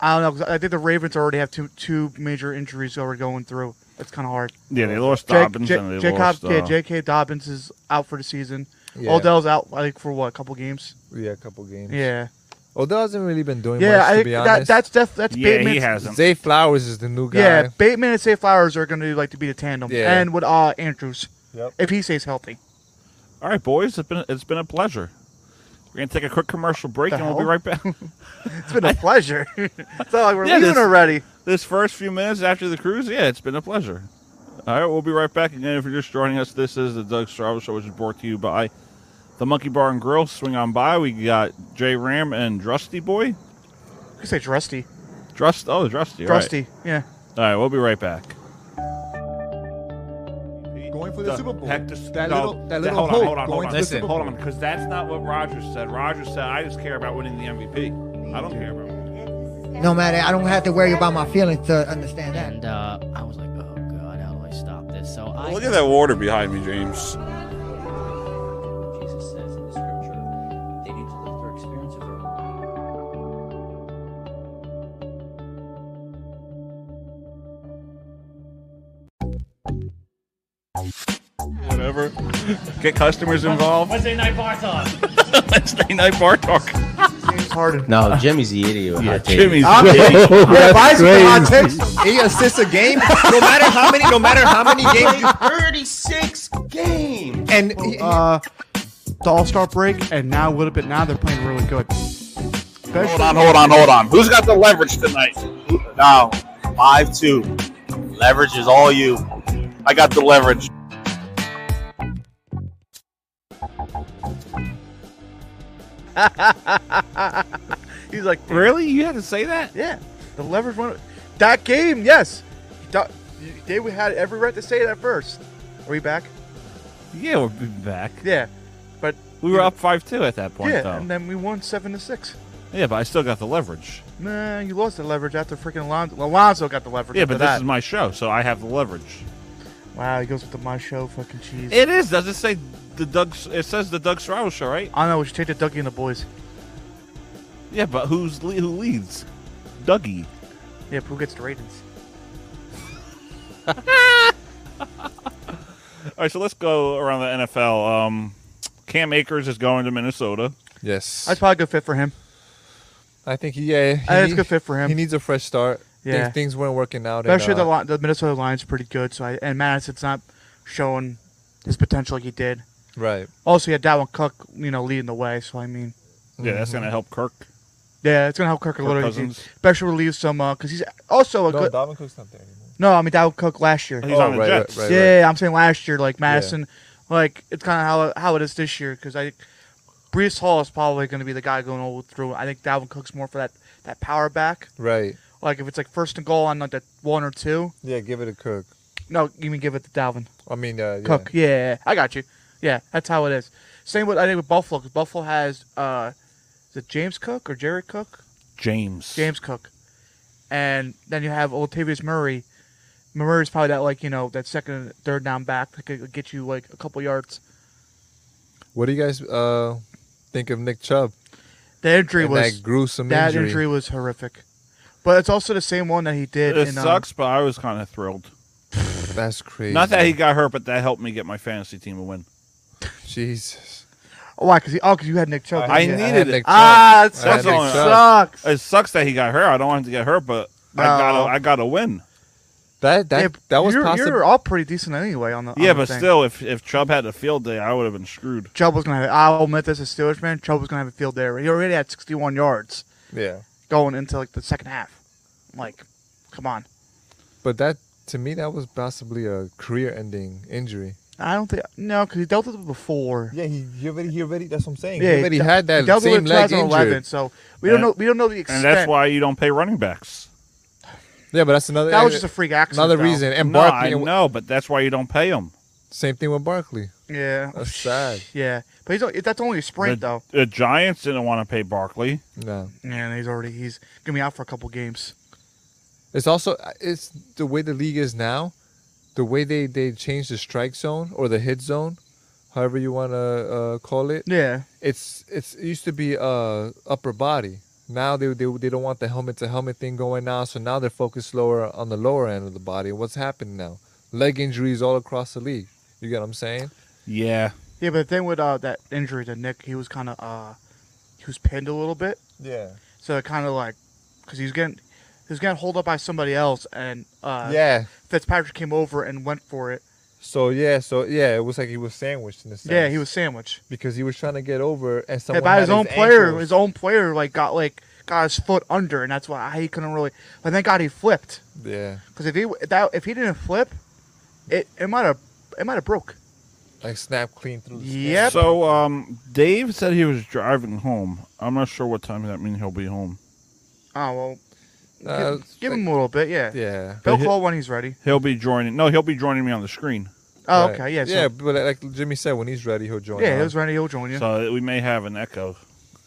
[SPEAKER 3] I don't know. 'cause I think the Ravens already have two two major injuries already going through. It's kind of hard.
[SPEAKER 1] Yeah, they lost
[SPEAKER 3] Jake,
[SPEAKER 1] Dobbins and they
[SPEAKER 3] Jake, Jake
[SPEAKER 1] lost.
[SPEAKER 3] Hobbs, yeah,
[SPEAKER 1] uh,
[SPEAKER 3] J.K. Dobbins is out for the season.
[SPEAKER 2] Yeah.
[SPEAKER 3] Odell's out like for what a couple games.
[SPEAKER 2] Yeah, a couple games.
[SPEAKER 3] Yeah,
[SPEAKER 2] Odell Oh, hasn't really been doing
[SPEAKER 3] yeah.
[SPEAKER 2] much,
[SPEAKER 3] I
[SPEAKER 2] to
[SPEAKER 3] think
[SPEAKER 2] be
[SPEAKER 3] that,
[SPEAKER 2] honest.
[SPEAKER 3] that's def, that's
[SPEAKER 1] yeah,
[SPEAKER 3] Bateman's,
[SPEAKER 1] he hasn't.
[SPEAKER 2] Zay Flowers is the new guy.
[SPEAKER 3] Yeah, Bateman and Say Flowers are going to like to be the tandem,
[SPEAKER 2] Yeah.
[SPEAKER 3] and with uh Andrews
[SPEAKER 2] Yep.
[SPEAKER 3] if he stays healthy.
[SPEAKER 1] All right, boys, it's been it's been a pleasure. We're gonna take a quick commercial break
[SPEAKER 3] The
[SPEAKER 1] and we'll be
[SPEAKER 3] hell?
[SPEAKER 1] right back.
[SPEAKER 3] It's been a pleasure. it's not like we're
[SPEAKER 1] Yeah,
[SPEAKER 3] leaving
[SPEAKER 1] this-
[SPEAKER 3] already.
[SPEAKER 1] this first few minutes after the cruise, yeah, it's been a pleasure. All right, we'll be right back again. If you're just joining us, this is the Doug Strava Show, which is brought to you by the Monkey Bar and Grill. Swing on by. We got J Ram and Drusty Boy.
[SPEAKER 3] You can say Drusty.
[SPEAKER 1] Drust. Oh, Drusty. right.
[SPEAKER 3] Drusty. Yeah.
[SPEAKER 1] All right, we'll be right back.
[SPEAKER 2] Going for the Super Bowl.
[SPEAKER 1] Heck, this-
[SPEAKER 2] That
[SPEAKER 1] no,
[SPEAKER 2] little- that little
[SPEAKER 1] hold on,
[SPEAKER 2] hope
[SPEAKER 1] hold on,
[SPEAKER 2] going
[SPEAKER 1] hold on.
[SPEAKER 2] to the Listen. Super
[SPEAKER 1] hold on, because that's not what Rogers said. Rogers said, "I just care about winning the MVP. I don't care about." Winning.
[SPEAKER 4] No matter, I don't have to worry about my feelings to understand that.
[SPEAKER 5] And uh, I was like, oh god, how do I stop this? So I
[SPEAKER 6] Look at that water behind me, James.
[SPEAKER 5] Jesus says in the scripture, they need to live their experience of their
[SPEAKER 1] Whatever. Get customers involved.
[SPEAKER 5] Wednesday night bar talk.
[SPEAKER 1] Wednesday night bar talk.
[SPEAKER 3] James Harden.
[SPEAKER 7] No, Jimmy's the idiot. with hot takes.
[SPEAKER 1] Jimmy's.
[SPEAKER 2] I'm kidding.
[SPEAKER 3] Yeah, Vice with hot takes.
[SPEAKER 7] He assists a game. No matter how many, no matter how many games. you- Thirty-six games.
[SPEAKER 2] and
[SPEAKER 3] Uh, the All Star break, and now a little bit now they're playing really good.
[SPEAKER 6] Hold on, hold on, hold on. Who's got the leverage tonight? Now, 5 2. Leverage is all you. I got the leverage.
[SPEAKER 3] He's like,
[SPEAKER 1] Really? You had to say that?
[SPEAKER 3] yeah, the leverage one. That game, yes. Da- They we had every right to say that first. Are we back?
[SPEAKER 1] Yeah, we'll be back.
[SPEAKER 3] Yeah, but
[SPEAKER 1] We were up five two at that point,
[SPEAKER 3] yeah,
[SPEAKER 1] though.
[SPEAKER 3] and then we won seven to six.
[SPEAKER 1] yeah, but I still got the leverage.
[SPEAKER 3] Nah, you lost the leverage after freaking Alonzo. Alonzo got the leverage.
[SPEAKER 1] Yeah,
[SPEAKER 3] after
[SPEAKER 1] but this
[SPEAKER 3] that.
[SPEAKER 1] is my show, so I have the leverage.
[SPEAKER 3] Wow, he goes with the my show fucking cheese.
[SPEAKER 1] It is. Does it say the Doug? It says the Doug Strauss show, right?
[SPEAKER 3] I know we should take the Dougie and the boys.
[SPEAKER 1] Yeah, but who's le- who leads? Dougie.
[SPEAKER 3] Yeah, but who gets the ratings?
[SPEAKER 1] All right, so let's go around the NFL. Um, Cam Akers is going to Minnesota.
[SPEAKER 2] yes,
[SPEAKER 3] That's probably a good fit for him.
[SPEAKER 2] I think he, yeah, he,
[SPEAKER 3] I think it's a good fit for him.
[SPEAKER 2] He needs a fresh start.
[SPEAKER 3] Yeah.
[SPEAKER 2] Things, things weren't working out. and,
[SPEAKER 3] Especially the
[SPEAKER 2] uh,
[SPEAKER 3] line, the Minnesota line's pretty good. So I, and Madison's not showing his potential like he did.
[SPEAKER 2] right.
[SPEAKER 3] Also, you had Dalvin Cook, you know, leading the way. So I mean,
[SPEAKER 1] Yeah, that's
[SPEAKER 3] Mm-hmm.
[SPEAKER 1] going to help Kirk.
[SPEAKER 3] yeah, it's gonna help Kirk a
[SPEAKER 1] Kirk
[SPEAKER 3] little.
[SPEAKER 1] Cousins.
[SPEAKER 3] Especially relieve some because he's also a
[SPEAKER 2] No,
[SPEAKER 3] Oh, good.
[SPEAKER 2] Dalvin Cook's not there anymore.
[SPEAKER 3] No, I mean Dalvin Cook last year.
[SPEAKER 1] He's
[SPEAKER 2] Oh,
[SPEAKER 1] on the
[SPEAKER 2] right,
[SPEAKER 1] Jets.
[SPEAKER 2] right, right.
[SPEAKER 3] yeah, I'm saying last year, like Madison, like it's kind of how how it is this year because I, Brees Hall is probably going to be the guy going all through. I think Dalvin Cook's more for that that power back.
[SPEAKER 2] Right.
[SPEAKER 3] Like if it's like first and goal on like that one or two,
[SPEAKER 2] Yeah, give it a cook.
[SPEAKER 3] no, you mean give it to Dalvin
[SPEAKER 2] I mean, uh, yeah.
[SPEAKER 3] Cook. Yeah, yeah, yeah. I got you. Yeah, that's how it is. Same with I think with Buffalo because Buffalo has uh, is it James Cook or Jerry Cook?
[SPEAKER 1] James.
[SPEAKER 3] James Cook, and then you have Latavius Murray. Murray's probably that like you know that second, and third down back that could get you like a couple yards.
[SPEAKER 2] What do you guys uh, think of Nick Chubb?
[SPEAKER 3] The injury
[SPEAKER 2] and
[SPEAKER 3] was
[SPEAKER 2] that gruesome
[SPEAKER 3] that
[SPEAKER 2] injury.
[SPEAKER 3] injury. was horrific, but it's also the same one that he did.
[SPEAKER 1] It
[SPEAKER 3] in, um,
[SPEAKER 1] sucks, but I was kind of thrilled.
[SPEAKER 2] That's crazy.
[SPEAKER 1] Not that he got hurt, but that helped me get my fantasy team a win.
[SPEAKER 2] Jesus.
[SPEAKER 3] Um, why? Because oh, because you had Nick Chubb.
[SPEAKER 1] I
[SPEAKER 3] yeah.
[SPEAKER 1] needed
[SPEAKER 2] had
[SPEAKER 1] it.
[SPEAKER 2] Nick Chubb.
[SPEAKER 3] Ah, that
[SPEAKER 1] I had
[SPEAKER 3] sucks.
[SPEAKER 1] Nick
[SPEAKER 3] It
[SPEAKER 2] Chubb.
[SPEAKER 3] sucks.
[SPEAKER 1] It sucks that he got hurt. I don't want him to get hurt, but I got
[SPEAKER 3] No.
[SPEAKER 1] I got to win.
[SPEAKER 2] that that
[SPEAKER 3] Yeah,
[SPEAKER 2] that was
[SPEAKER 3] you're,
[SPEAKER 2] possible.
[SPEAKER 3] you're all pretty decent anyway on the on
[SPEAKER 1] Yeah,
[SPEAKER 3] the
[SPEAKER 1] but
[SPEAKER 3] thing.
[SPEAKER 1] still, if if Chubb had a field day, I would have been screwed.
[SPEAKER 3] Chubb was gonna have. I'll admit this as Steelers man. Chubb was gonna have a field there. He already had 61 yards
[SPEAKER 2] Yeah,
[SPEAKER 3] going into like the second half. Like, come on.
[SPEAKER 2] but that to me that was possibly a career-ending injury.
[SPEAKER 3] I don't think no, because he dealt with it before.
[SPEAKER 2] Yeah, he, he already he already that's what I'm saying.
[SPEAKER 3] Yeah,
[SPEAKER 2] he already
[SPEAKER 3] de-
[SPEAKER 2] had that
[SPEAKER 3] dealt with it
[SPEAKER 2] same
[SPEAKER 3] in
[SPEAKER 2] leg
[SPEAKER 3] 2011,
[SPEAKER 2] injury.
[SPEAKER 3] So we don't
[SPEAKER 1] And-
[SPEAKER 3] know. We don't know the
[SPEAKER 1] And
[SPEAKER 3] extent.
[SPEAKER 1] that's why you don't pay running backs.
[SPEAKER 2] Yeah, but that's another
[SPEAKER 3] that was just a freak accident.
[SPEAKER 2] another
[SPEAKER 3] though.
[SPEAKER 2] reason. And
[SPEAKER 1] No, I
[SPEAKER 2] Barkley,
[SPEAKER 1] know, but that's why you don't pay them.
[SPEAKER 2] same thing with Barkley.
[SPEAKER 3] Yeah.
[SPEAKER 2] That's sad.
[SPEAKER 3] Yeah, but he's o- that's only a sprint
[SPEAKER 1] The,
[SPEAKER 3] though.
[SPEAKER 1] the Giants didn't want to pay Barkley.
[SPEAKER 2] No,
[SPEAKER 3] And he's already he's gonna be out for a couple games.
[SPEAKER 2] it's also it's the way the league is now, the way they they changed the strike zone or the hit zone, however you want to uh, call it.
[SPEAKER 3] Yeah.
[SPEAKER 2] It's it's it used to be uh upper body. Now they, they they don't want the helmet to helmet thing going now, so now they're focused lower on the lower end of the body. What's happening now? Leg injuries all across the league. You get what I'm saying?
[SPEAKER 1] Yeah,
[SPEAKER 3] Yeah, but the thing with uh, that injury to Nick, he was kind of uh, he was pinned a little bit,
[SPEAKER 2] Yeah.
[SPEAKER 3] so it kind of like because he's getting he was getting holed up by somebody else, and uh,
[SPEAKER 2] yeah.
[SPEAKER 3] Fitzpatrick came over and went for it.
[SPEAKER 2] So yeah, so yeah, it was like he was sandwiched in the sense.
[SPEAKER 3] Yeah, he was sandwiched.
[SPEAKER 2] because he was trying to get over and
[SPEAKER 3] Yeah,
[SPEAKER 2] someone
[SPEAKER 3] by
[SPEAKER 2] had
[SPEAKER 3] his own player,
[SPEAKER 2] ankles.
[SPEAKER 3] his own player like got like got his foot under, and that's why he couldn't really. But thank God he flipped,
[SPEAKER 2] yeah,
[SPEAKER 3] because if he if that if he didn't flip, it it might have it might have broke.
[SPEAKER 2] like snap clean through. the skin.
[SPEAKER 3] Yep.
[SPEAKER 1] So um, Dave said he was driving home. I'm not sure what time that means he'll be home.
[SPEAKER 3] Oh well,
[SPEAKER 2] Uh,
[SPEAKER 3] give, give him a little bit, yeah.
[SPEAKER 2] Yeah.
[SPEAKER 3] He'll
[SPEAKER 1] But he-
[SPEAKER 3] call when he's ready.
[SPEAKER 1] He'll be joining. No, he'll be joining me on the screen.
[SPEAKER 3] Oh,
[SPEAKER 2] Right.
[SPEAKER 3] okay, yeah. So,
[SPEAKER 2] yeah,
[SPEAKER 3] yeah,
[SPEAKER 2] but like Jimmy said, when he's ready, he'll join.
[SPEAKER 3] yeah.
[SPEAKER 2] on.
[SPEAKER 3] He'll ready. He'll join you.
[SPEAKER 1] So we may have an echo.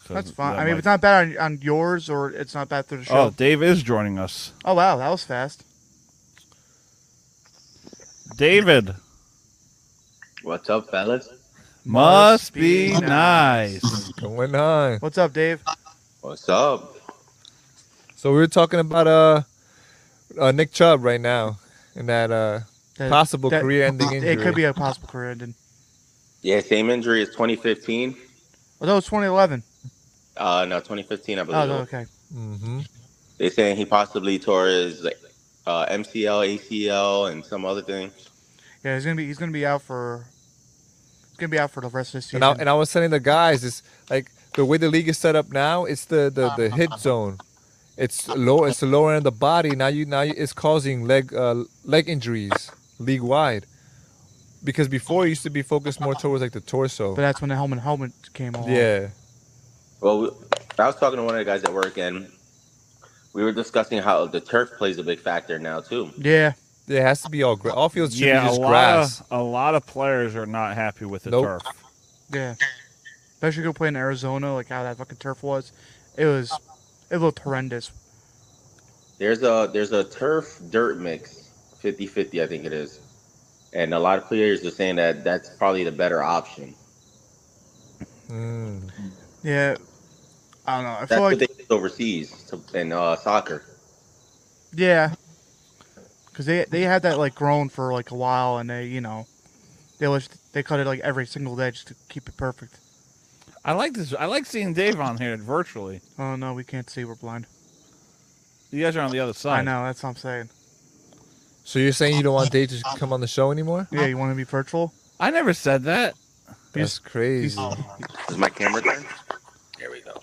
[SPEAKER 1] 'cause
[SPEAKER 3] That's fine.
[SPEAKER 1] that
[SPEAKER 3] I mean, if
[SPEAKER 1] might-
[SPEAKER 3] it's not bad on, on yours or it's not bad through the show.
[SPEAKER 1] Oh, Dave is joining us.
[SPEAKER 3] Oh, wow, that was fast.
[SPEAKER 1] David
[SPEAKER 5] What's up, fellas?
[SPEAKER 1] must be nice.
[SPEAKER 2] going on.
[SPEAKER 3] What's up, Dave?
[SPEAKER 5] What's up?
[SPEAKER 2] So we were talking about uh, uh Nick Chubb right now, and that uh
[SPEAKER 3] That-
[SPEAKER 2] possible
[SPEAKER 3] that-
[SPEAKER 2] career-ending injury.
[SPEAKER 3] It could be a possible career ending.
[SPEAKER 5] Yeah, same injury as 2015.
[SPEAKER 3] Oh, that was 2011.
[SPEAKER 5] Uh, no, 2015, I
[SPEAKER 3] Oh,
[SPEAKER 5] believe.
[SPEAKER 3] no, okay.
[SPEAKER 2] hmm
[SPEAKER 5] They saying he possibly tore his uh, MCL, ACL, and some other thing.
[SPEAKER 3] Yeah, he's gonna be he's gonna be out for he's gonna be out for the rest of the season.
[SPEAKER 2] And I and I was telling the guys, it's like the way the league is set up now. It's the the, the hit zone. It's low. It's the lower end of the body. Now you now you, it's causing leg uh, leg injuries league wide, because before it used to be focused more towards like the torso.
[SPEAKER 3] but that's when the helmet helmet came on.
[SPEAKER 2] Yeah,
[SPEAKER 5] Well, we, I was talking to one of the guys at work, and we were discussing how the turf plays a big factor now too.
[SPEAKER 3] Yeah.
[SPEAKER 2] yeah. It has to be all grass. All fields should be
[SPEAKER 1] Yeah, a
[SPEAKER 2] just
[SPEAKER 1] lot,
[SPEAKER 2] grass.
[SPEAKER 1] of, a lot of players are not happy with the
[SPEAKER 2] Nope.
[SPEAKER 1] turf.
[SPEAKER 3] Yeah. Especially go play in Arizona, like how that fucking turf was. It was it looked horrendous.
[SPEAKER 5] There's a there's a turf dirt mix, 50-50, I think it is, and a lot of players are saying that that's probably the better option.
[SPEAKER 2] Mm.
[SPEAKER 3] Yeah. I don't know. I
[SPEAKER 5] That's
[SPEAKER 3] feel like
[SPEAKER 5] what they did overseas to, in uh, soccer.
[SPEAKER 3] yeah. Cause they they had that like grown for like a while, and they you know they was they cut it like every single day just to keep it perfect.
[SPEAKER 1] I like this. I like seeing Dave on here virtually.
[SPEAKER 3] Oh no, we can't see. We're blind.
[SPEAKER 1] You guys are on the other side.
[SPEAKER 3] I know. That's what I'm saying.
[SPEAKER 2] So you're saying you don't want Dave to come on the show anymore?
[SPEAKER 3] Yeah, you want to be virtual?
[SPEAKER 1] I never said that.
[SPEAKER 2] That's crazy.
[SPEAKER 5] Is my camera turned? There we go.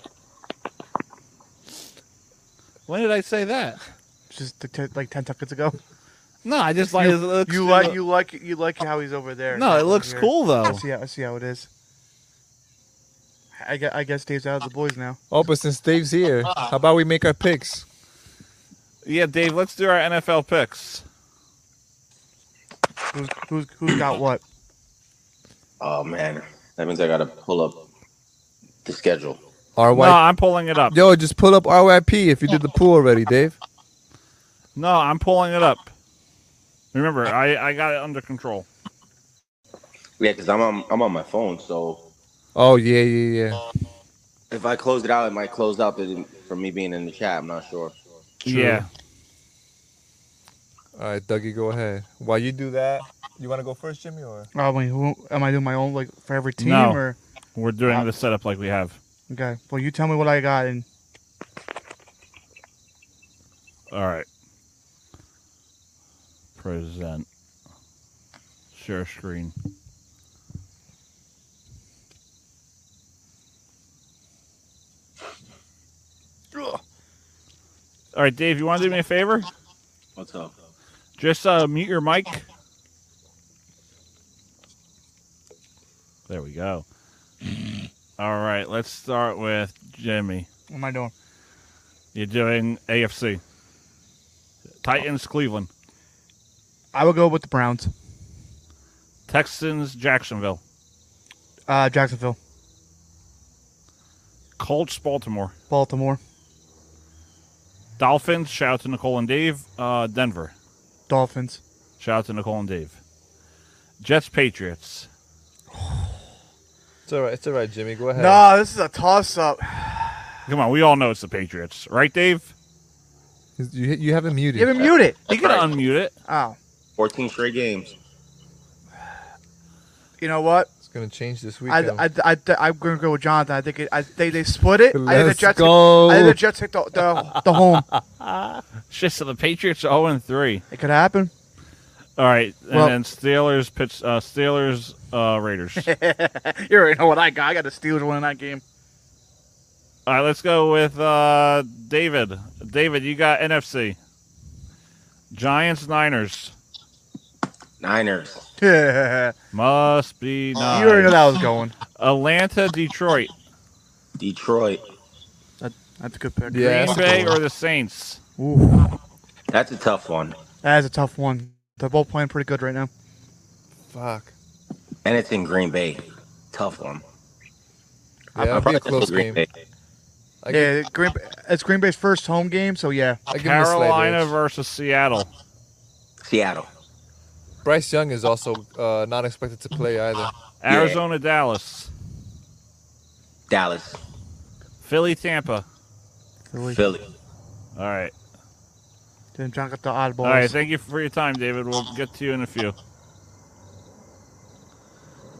[SPEAKER 1] When did I say that?
[SPEAKER 3] Just t- t- like ten seconds ago.
[SPEAKER 1] No, I just like
[SPEAKER 3] You-
[SPEAKER 1] it looks,
[SPEAKER 3] you like you like you like how he's over there.
[SPEAKER 1] No, it looks
[SPEAKER 3] Here.
[SPEAKER 1] cool
[SPEAKER 3] I
[SPEAKER 1] though.
[SPEAKER 3] see how I see how it is. I guess, I guess Dave's out of the boys now.
[SPEAKER 2] Oh, but since Dave's here, how about we make our picks?
[SPEAKER 1] Yeah, Dave, let's do our NFL picks.
[SPEAKER 3] Who's who's who's got what?
[SPEAKER 5] Oh man, that means I gotta pull up the schedule.
[SPEAKER 2] RY.
[SPEAKER 1] No, I'm pulling it up.
[SPEAKER 2] Yo, just pull up RYP if you did the pool already, Dave.
[SPEAKER 1] No, I'm pulling it up. Remember, I, I got it under control.
[SPEAKER 5] Yeah, because I'm on, I'm on my phone, so
[SPEAKER 2] Oh yeah, yeah, yeah.
[SPEAKER 5] if I close it out, it might close out the- from me being in the chat. I'm not sure.
[SPEAKER 1] Yeah.
[SPEAKER 2] All right, Dougie, go ahead. While you do that, you want to go first, Jimmy, or
[SPEAKER 3] I mean, who am I doing my own like for every team
[SPEAKER 1] No.
[SPEAKER 3] or
[SPEAKER 1] We're doing the setup like we have.
[SPEAKER 3] okay? Well, you tell me what I got and
[SPEAKER 1] All right. Present. Share screen. All right, Dave, you want to do me a favor?
[SPEAKER 5] What's up?
[SPEAKER 1] Just uh, mute your mic. There we go. All right, let's start with Jimmy.
[SPEAKER 3] what am I doing?
[SPEAKER 1] You're doing AFC. Titans, Cleveland.
[SPEAKER 3] I will go with the Browns,
[SPEAKER 1] Texans, Jacksonville.
[SPEAKER 3] uh, Jacksonville,
[SPEAKER 1] Colts, Baltimore.
[SPEAKER 3] Baltimore,
[SPEAKER 1] Dolphins, shout out to Nicole and Dave. Uh, Denver,
[SPEAKER 3] Dolphins,
[SPEAKER 1] shout out to Nicole and Dave. Jets, Patriots.
[SPEAKER 2] it's all right. It's all right, Jimmy. Go ahead.
[SPEAKER 3] Nah, this is a toss up.
[SPEAKER 1] Come on, we all know it's the Patriots, right, Dave?
[SPEAKER 2] You you haven't muted.
[SPEAKER 3] You even mute it.
[SPEAKER 1] You can unmute it.
[SPEAKER 3] Oh,
[SPEAKER 5] 14 straight games.
[SPEAKER 3] you know what?
[SPEAKER 2] It's gonna change this
[SPEAKER 3] I,
[SPEAKER 2] weekend.
[SPEAKER 3] I, I, I, am gonna go with Jonathan. I think it, I think they split it. I think
[SPEAKER 2] Let's
[SPEAKER 3] the Jets.
[SPEAKER 2] go.
[SPEAKER 3] I think the Jets take the, the, the home.
[SPEAKER 1] Shit, so the Patriots are 0 and 3.
[SPEAKER 3] It could happen.
[SPEAKER 1] All right, and
[SPEAKER 3] Well-
[SPEAKER 1] then Steelers, Pitts, uh, Steelers, uh, Raiders. all
[SPEAKER 3] You already know what I got. I got the Steelers winning that game.
[SPEAKER 1] right, let's go with uh, David. David, you got NFC. Giants, Niners.
[SPEAKER 5] Niners.
[SPEAKER 3] Yeah,
[SPEAKER 1] Must be
[SPEAKER 3] you already know
[SPEAKER 1] nine.
[SPEAKER 3] that was going.
[SPEAKER 1] Atlanta, Detroit,
[SPEAKER 5] Detroit.
[SPEAKER 3] That's a good pick.
[SPEAKER 2] Yeah.
[SPEAKER 1] Green
[SPEAKER 2] that's a
[SPEAKER 1] Bay,
[SPEAKER 2] good one.
[SPEAKER 1] or the Saints.
[SPEAKER 3] Ooh,
[SPEAKER 5] That's a tough one.
[SPEAKER 3] that is a tough one. They're both playing pretty good right now.
[SPEAKER 2] Fuck.
[SPEAKER 5] And it's in Green Bay. Tough one.
[SPEAKER 2] Yeah, that'd be
[SPEAKER 5] Probably
[SPEAKER 2] a close
[SPEAKER 5] Green
[SPEAKER 2] game.
[SPEAKER 5] Bay.
[SPEAKER 2] I give,
[SPEAKER 3] Yeah, Green, it's Green Bay's first home game, so yeah.
[SPEAKER 2] I give him a slight
[SPEAKER 1] Carolina
[SPEAKER 2] edge.
[SPEAKER 1] versus Seattle.
[SPEAKER 5] Seattle.
[SPEAKER 2] Bryce Young is also uh, not expected to play either.
[SPEAKER 5] Yeah.
[SPEAKER 1] Arizona, Dallas.
[SPEAKER 5] Dallas.
[SPEAKER 1] Philly, Tampa.
[SPEAKER 3] Philly.
[SPEAKER 5] Philly.
[SPEAKER 1] All right.
[SPEAKER 3] Then John got the oddballs.
[SPEAKER 1] All right. Thank you for your time, David. We'll get to you in a few.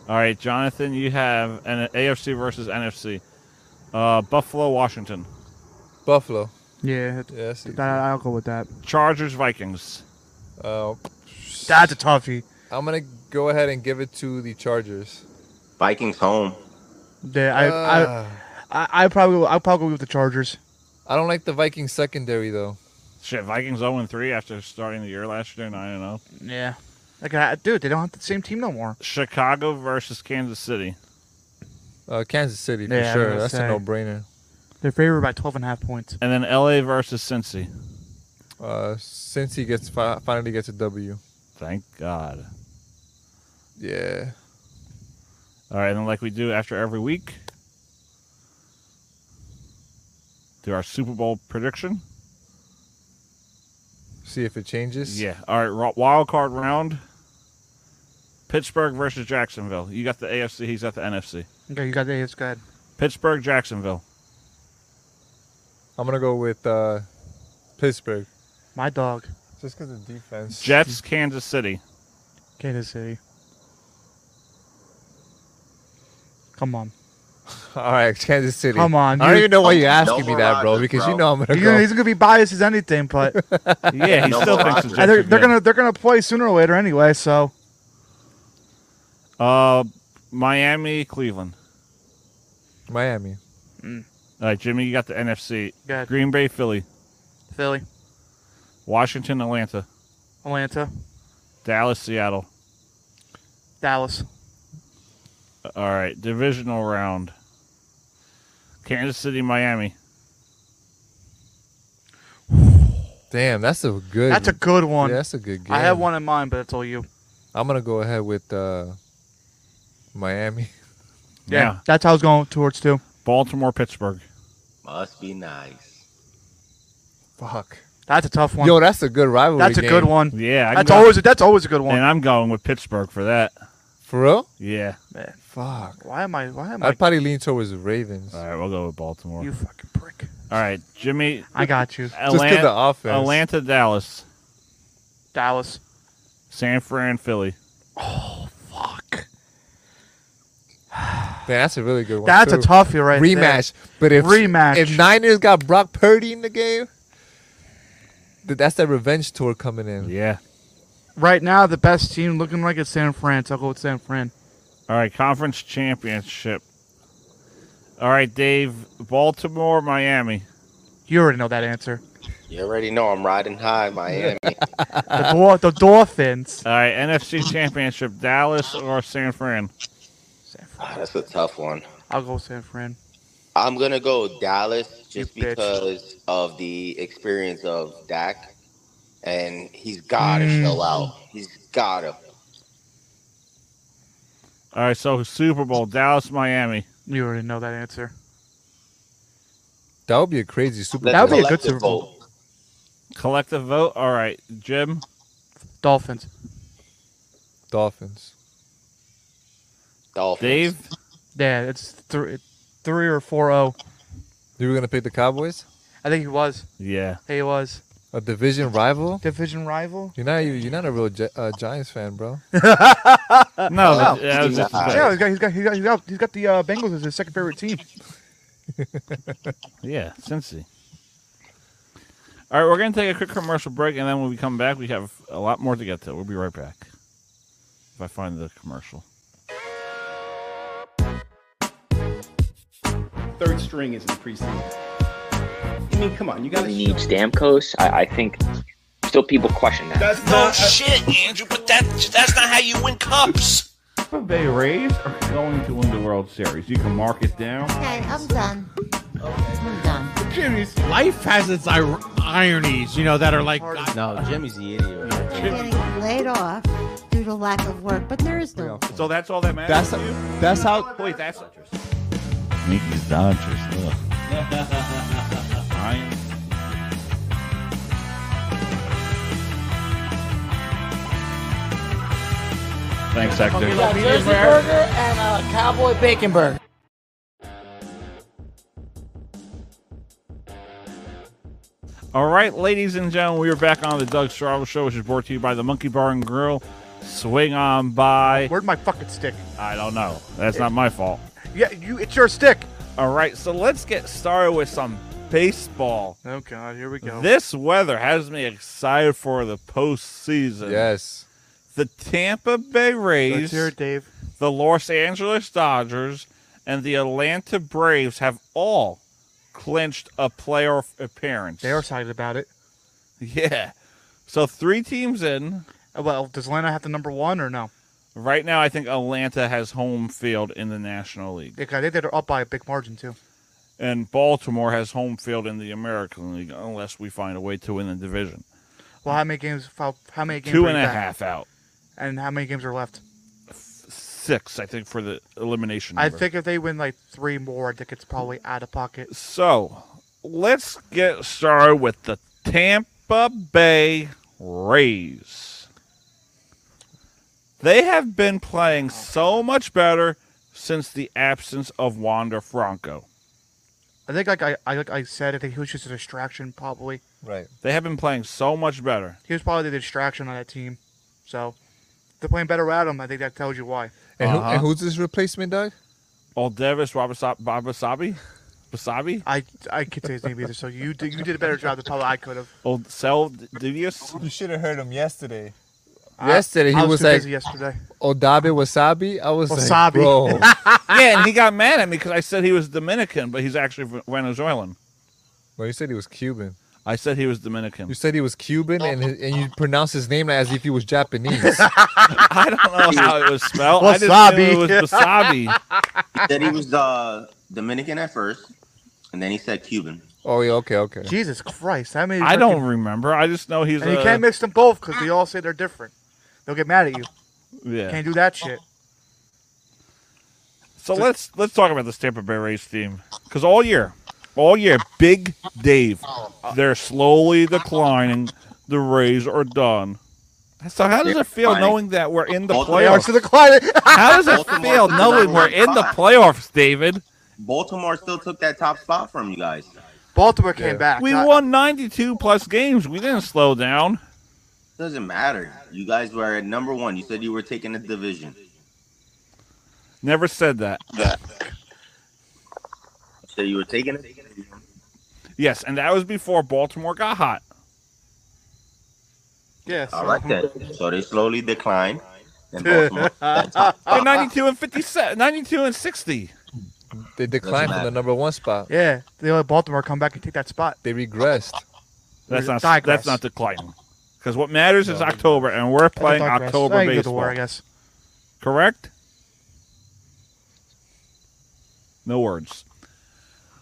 [SPEAKER 1] All right, Jonathan, you have an AFC versus NFC. Uh, Buffalo, Washington.
[SPEAKER 2] Buffalo.
[SPEAKER 3] yeah, it-
[SPEAKER 2] Yes.
[SPEAKER 3] that, I'll go with that.
[SPEAKER 1] Chargers, Vikings.
[SPEAKER 2] Uh,
[SPEAKER 3] That's a toughie.
[SPEAKER 2] I'm gonna go ahead and give it to the Chargers.
[SPEAKER 5] Vikings home.
[SPEAKER 3] Yeah, I,
[SPEAKER 2] Uh,
[SPEAKER 3] I, I, I probably, will- I'll probably go with the Chargers.
[SPEAKER 2] I don't like the Vikings secondary though.
[SPEAKER 1] Shit, Vikings 0 3 after starting the year last year oh. 9 0.
[SPEAKER 3] Yeah. Like, I, dude, they don't have the same team no more.
[SPEAKER 1] Chicago versus Kansas City.
[SPEAKER 2] Uh, Kansas City for
[SPEAKER 3] Yeah, I was
[SPEAKER 2] sure.
[SPEAKER 3] gonna
[SPEAKER 2] That's
[SPEAKER 3] say.
[SPEAKER 2] a no-brainer.
[SPEAKER 3] They're favored by 12 and a half points.
[SPEAKER 1] And then LA versus Cincy.
[SPEAKER 2] Uh, since he gets fi- finally gets a W.
[SPEAKER 1] Thank God.
[SPEAKER 2] Yeah.
[SPEAKER 1] All right, and then like we do after every week, do our Super Bowl prediction.
[SPEAKER 2] See if it changes.
[SPEAKER 1] Yeah. All right, ro- wild card round. Pittsburgh versus Jacksonville. You got the AFC. He's got the NFC.
[SPEAKER 3] Okay, you got the It's good.
[SPEAKER 1] Pittsburgh, Jacksonville.
[SPEAKER 2] I'm gonna go with uh, Pittsburgh.
[SPEAKER 3] My dog,
[SPEAKER 2] Just because of defense.
[SPEAKER 1] Jets, Kansas City.
[SPEAKER 3] Kansas City. Come on.
[SPEAKER 2] All right, Kansas City.
[SPEAKER 3] Come on,
[SPEAKER 2] I don't
[SPEAKER 3] you-
[SPEAKER 2] even know why you're asking
[SPEAKER 5] Don't
[SPEAKER 2] me that, bro.
[SPEAKER 5] Rodgers,
[SPEAKER 2] Because
[SPEAKER 5] bro.
[SPEAKER 2] you know I'm gonna
[SPEAKER 3] He's gonna,
[SPEAKER 2] go.
[SPEAKER 3] he's gonna be biased as anything, but
[SPEAKER 1] Yeah, he
[SPEAKER 5] No
[SPEAKER 1] still
[SPEAKER 5] more
[SPEAKER 1] thinks the
[SPEAKER 5] Rodgers.
[SPEAKER 1] Jets.
[SPEAKER 3] and they're,
[SPEAKER 1] are
[SPEAKER 3] they're
[SPEAKER 1] good.
[SPEAKER 3] gonna they're gonna play sooner or later anyway. So
[SPEAKER 1] Uh, Miami, Cleveland.
[SPEAKER 2] Miami.
[SPEAKER 1] All right, Jimmy, you got the NFC.
[SPEAKER 3] Got it.
[SPEAKER 1] Green Bay, Philly.
[SPEAKER 3] Philly,
[SPEAKER 1] Washington, Atlanta.
[SPEAKER 3] Atlanta,
[SPEAKER 1] Dallas, Seattle.
[SPEAKER 3] Dallas,
[SPEAKER 1] All right, divisional round. Kansas City, Miami.
[SPEAKER 2] Damn, that's a good.
[SPEAKER 3] That's a good one.
[SPEAKER 2] Yeah, that's a good game.
[SPEAKER 3] I have one in mind, but that's all you.
[SPEAKER 2] I'm gonna go ahead with uh, Miami.
[SPEAKER 1] Yeah.
[SPEAKER 3] that's how I was going towards too.
[SPEAKER 1] Baltimore, Pittsburgh.
[SPEAKER 5] Must be nice.
[SPEAKER 2] Fuck.
[SPEAKER 3] That's a tough one.
[SPEAKER 2] Yo, that's a good rivalry.
[SPEAKER 3] that's a
[SPEAKER 2] game.
[SPEAKER 3] good one.
[SPEAKER 1] Yeah, I
[SPEAKER 3] That's
[SPEAKER 1] go-
[SPEAKER 3] always that's always a good one.
[SPEAKER 1] and I'm going with Pittsburgh for that.
[SPEAKER 2] For real?
[SPEAKER 1] Yeah.
[SPEAKER 2] Fuck.
[SPEAKER 3] Why am I? Why am I?
[SPEAKER 2] I'd probably lean towards the Ravens.
[SPEAKER 1] All right, we'll go with Baltimore.
[SPEAKER 3] You fucking prick.
[SPEAKER 1] All right, Jimmy.
[SPEAKER 3] I got you.
[SPEAKER 2] Just get the
[SPEAKER 1] Atlanta,
[SPEAKER 2] offense.
[SPEAKER 1] Atlanta, Dallas,
[SPEAKER 3] Dallas.
[SPEAKER 1] San Fran, Philly.
[SPEAKER 3] Fuck.
[SPEAKER 2] Man, that's a really good one.
[SPEAKER 3] That's a
[SPEAKER 2] too.
[SPEAKER 3] toughie right there.
[SPEAKER 2] rematch. But if
[SPEAKER 3] Rematch.
[SPEAKER 2] if Niners got Brock Purdy in the game, th- that's that revenge tour coming in.
[SPEAKER 1] Yeah.
[SPEAKER 3] Right now, the best team looking like it's San Fran. So I'll go with San Fran.
[SPEAKER 1] All right, conference championship. All right, Dave. Baltimore, Miami.
[SPEAKER 3] You already know that answer.
[SPEAKER 5] You already know I'm riding high, Miami.
[SPEAKER 3] The, Dol- the Dolphins.
[SPEAKER 1] All right, NFC championship. Dallas or San Fran.
[SPEAKER 3] San Fran.
[SPEAKER 5] Ah, That's a tough one.
[SPEAKER 3] I'll go with San Fran.
[SPEAKER 5] I'm gonna go Dallas just
[SPEAKER 3] You bitch.
[SPEAKER 5] because of the experience of Dak, and he's gotta
[SPEAKER 2] Mm.
[SPEAKER 5] show out. He's gotta.
[SPEAKER 1] All right, so Super Bowl, Dallas, Miami.
[SPEAKER 3] You already know that answer.
[SPEAKER 2] That would be a crazy Super
[SPEAKER 5] Let
[SPEAKER 3] That would
[SPEAKER 5] the
[SPEAKER 3] be a good
[SPEAKER 5] collective
[SPEAKER 3] Super Bowl.
[SPEAKER 5] vote.
[SPEAKER 1] Collective vote. All right, Jim.
[SPEAKER 3] Dolphins.
[SPEAKER 2] Dolphins.
[SPEAKER 5] Dolphins.
[SPEAKER 1] Dave.
[SPEAKER 3] Yeah, it's three, three or four zero.
[SPEAKER 2] You were gonna pick the Cowboys,
[SPEAKER 3] I think he was.
[SPEAKER 1] Yeah.
[SPEAKER 3] He was
[SPEAKER 2] a division rival.
[SPEAKER 3] division rival.
[SPEAKER 2] You're not e, you're not a real Gi- uh, Giants fan, bro.
[SPEAKER 3] Uh, oh,
[SPEAKER 1] No, that- that was just-
[SPEAKER 5] Nah.
[SPEAKER 3] Yeah, he's got he's got he's got he's got, he's got the uh, Bengals as his second favorite team.
[SPEAKER 1] yeah, Cincy. All right, we're gonna take a quick commercial break, and then when we come back, we have a lot more to get to. We'll be right back. If I find the commercial.
[SPEAKER 8] third string is increasing. I mean, come on, you gotta
[SPEAKER 9] we need Stamkos? I, I think still people question that.
[SPEAKER 8] That's not
[SPEAKER 7] shit, Andrew, but that that's not how you win cups.
[SPEAKER 1] Tampa Bay Rays are going to win the World Series. You can mark it down.
[SPEAKER 10] Okay, I'm done. I'm done.
[SPEAKER 8] Jimmy's.
[SPEAKER 11] Life has its ir- ironies, you know, that are like.
[SPEAKER 7] No, Jimmy's the idiot. Right?
[SPEAKER 10] I'm getting laid off due to lack of work, but there is no.
[SPEAKER 1] So that's all that
[SPEAKER 11] That's
[SPEAKER 1] matters. to you?
[SPEAKER 11] that's how.
[SPEAKER 1] Wait, that's Mickey's Dodgers. Look. Ryan. Thanks, Hector.
[SPEAKER 7] Jersey burger and a cowboy bacon burger.
[SPEAKER 1] All right, ladies and gentlemen, we are back on the Doug Strabo Show, which is brought to you by the Monkey Bar and Grill. Swing on by.
[SPEAKER 3] Where'd my fucking stick?
[SPEAKER 1] I don't know. That's not my fault.
[SPEAKER 3] Yeah, you. It's your stick.
[SPEAKER 1] All right, so let's get started with some baseball.
[SPEAKER 3] Oh God, here we go.
[SPEAKER 1] This weather has me excited for the postseason.
[SPEAKER 2] Yes.
[SPEAKER 1] The Tampa Bay Rays,
[SPEAKER 3] Let's hear it, Dave.
[SPEAKER 1] the Los Angeles Dodgers, and the Atlanta Braves have all clinched a playoff appearance.
[SPEAKER 3] They are excited about it.
[SPEAKER 1] Yeah. So three teams in.
[SPEAKER 3] Uh, Well, does Atlanta have the number one or no?
[SPEAKER 1] Right now, I think Atlanta has home field in the National League,
[SPEAKER 3] They, I think they're up by a big margin too.
[SPEAKER 1] and Baltimore has home field in the American League, unless we find a way to win the division.
[SPEAKER 3] Well, how many games? How, how many games?
[SPEAKER 1] Two
[SPEAKER 3] are
[SPEAKER 1] and
[SPEAKER 3] you
[SPEAKER 1] a
[SPEAKER 3] back?
[SPEAKER 1] half out,
[SPEAKER 3] And how many games are left?
[SPEAKER 1] six, I think, for the elimination.
[SPEAKER 3] I
[SPEAKER 1] number.
[SPEAKER 3] think if they win like three more, I think it's probably out of pocket.
[SPEAKER 1] So let's get started with the Tampa Bay Rays. They have been playing so much better since the absence of Wander Franco.
[SPEAKER 3] I think like I, I like I said, I think he was just a distraction. Probably
[SPEAKER 2] Right.
[SPEAKER 1] They have been playing so much better.
[SPEAKER 3] he was probably the distraction on that team. So if they're playing better without him. I think that tells you why.
[SPEAKER 2] And, who,
[SPEAKER 1] Uh-huh.
[SPEAKER 2] and who's his replacement, Doug?
[SPEAKER 1] Aldevis Wabasa- Babasabi? Basabi?
[SPEAKER 3] I I could say his name either. So you did, you did a better job than probably I could have.
[SPEAKER 1] Old Sel Divius?
[SPEAKER 2] You should have heard him yesterday.
[SPEAKER 3] I-
[SPEAKER 2] Yesterday, he
[SPEAKER 3] I was,
[SPEAKER 2] was
[SPEAKER 3] too
[SPEAKER 2] like-
[SPEAKER 3] busy yesterday.
[SPEAKER 2] Odabe Wasabi. I was like,
[SPEAKER 3] Wasabi.
[SPEAKER 2] bro.
[SPEAKER 1] yeah, and he got mad at me because I said he was Dominican, but he's actually Venezuelan.
[SPEAKER 2] well, you said he was Cuban.
[SPEAKER 1] I said he was Dominican.
[SPEAKER 2] You said he was Cuban, and his, and you pronounced his name as if he was Japanese.
[SPEAKER 1] I don't know how it was spelled. I just knew it was wasabi.
[SPEAKER 5] he said he was uh, Dominican at first, and then he said Cuban.
[SPEAKER 2] Oh yeah, okay, okay.
[SPEAKER 3] Jesus Christ, how many?
[SPEAKER 1] I
[SPEAKER 3] freaking-
[SPEAKER 1] don't remember. I just know he's.
[SPEAKER 3] And you
[SPEAKER 1] a-
[SPEAKER 3] can't mix them both because they all say they're different. They'll get mad at you.
[SPEAKER 1] Yeah.
[SPEAKER 3] Can't do that shit.
[SPEAKER 1] So let's let's talk about this Tampa Bay Rays team because all year, all year, Big Dave, they're slowly declining. The Rays are done. So how does it feel knowing that we're in the
[SPEAKER 5] Baltimore- They are
[SPEAKER 1] playoffs?
[SPEAKER 5] to declining.
[SPEAKER 1] How does it
[SPEAKER 5] Baltimore
[SPEAKER 1] feel
[SPEAKER 5] is the
[SPEAKER 1] knowing
[SPEAKER 5] number
[SPEAKER 1] we're
[SPEAKER 5] one
[SPEAKER 1] in the
[SPEAKER 5] spot.
[SPEAKER 1] playoffs, David?
[SPEAKER 5] Baltimore still took that top spot from you guys.
[SPEAKER 3] Baltimore
[SPEAKER 5] came Yeah. back,
[SPEAKER 1] We
[SPEAKER 5] not-
[SPEAKER 1] won 92 plus games. We didn't slow down.
[SPEAKER 5] Doesn't matter. You guys were at number one. You said you were taking the division.
[SPEAKER 1] Never said that.
[SPEAKER 5] So you were taking it.
[SPEAKER 1] Yes, and that was before Baltimore got hot.
[SPEAKER 3] Yes.
[SPEAKER 5] I like that. So they slowly declined. And Baltimore, that top
[SPEAKER 1] They're 92 and 57, 92 and 60.
[SPEAKER 2] They declined from the number one spot.
[SPEAKER 3] Yeah, they let Baltimore come back and take that spot.
[SPEAKER 2] They regressed.
[SPEAKER 1] That's not that's
[SPEAKER 3] Digress.
[SPEAKER 1] not declining. Because what matters is October, and we're playing
[SPEAKER 3] digress.
[SPEAKER 1] October
[SPEAKER 3] I can go to
[SPEAKER 1] baseball.
[SPEAKER 3] war, I guess.
[SPEAKER 1] Correct. No words.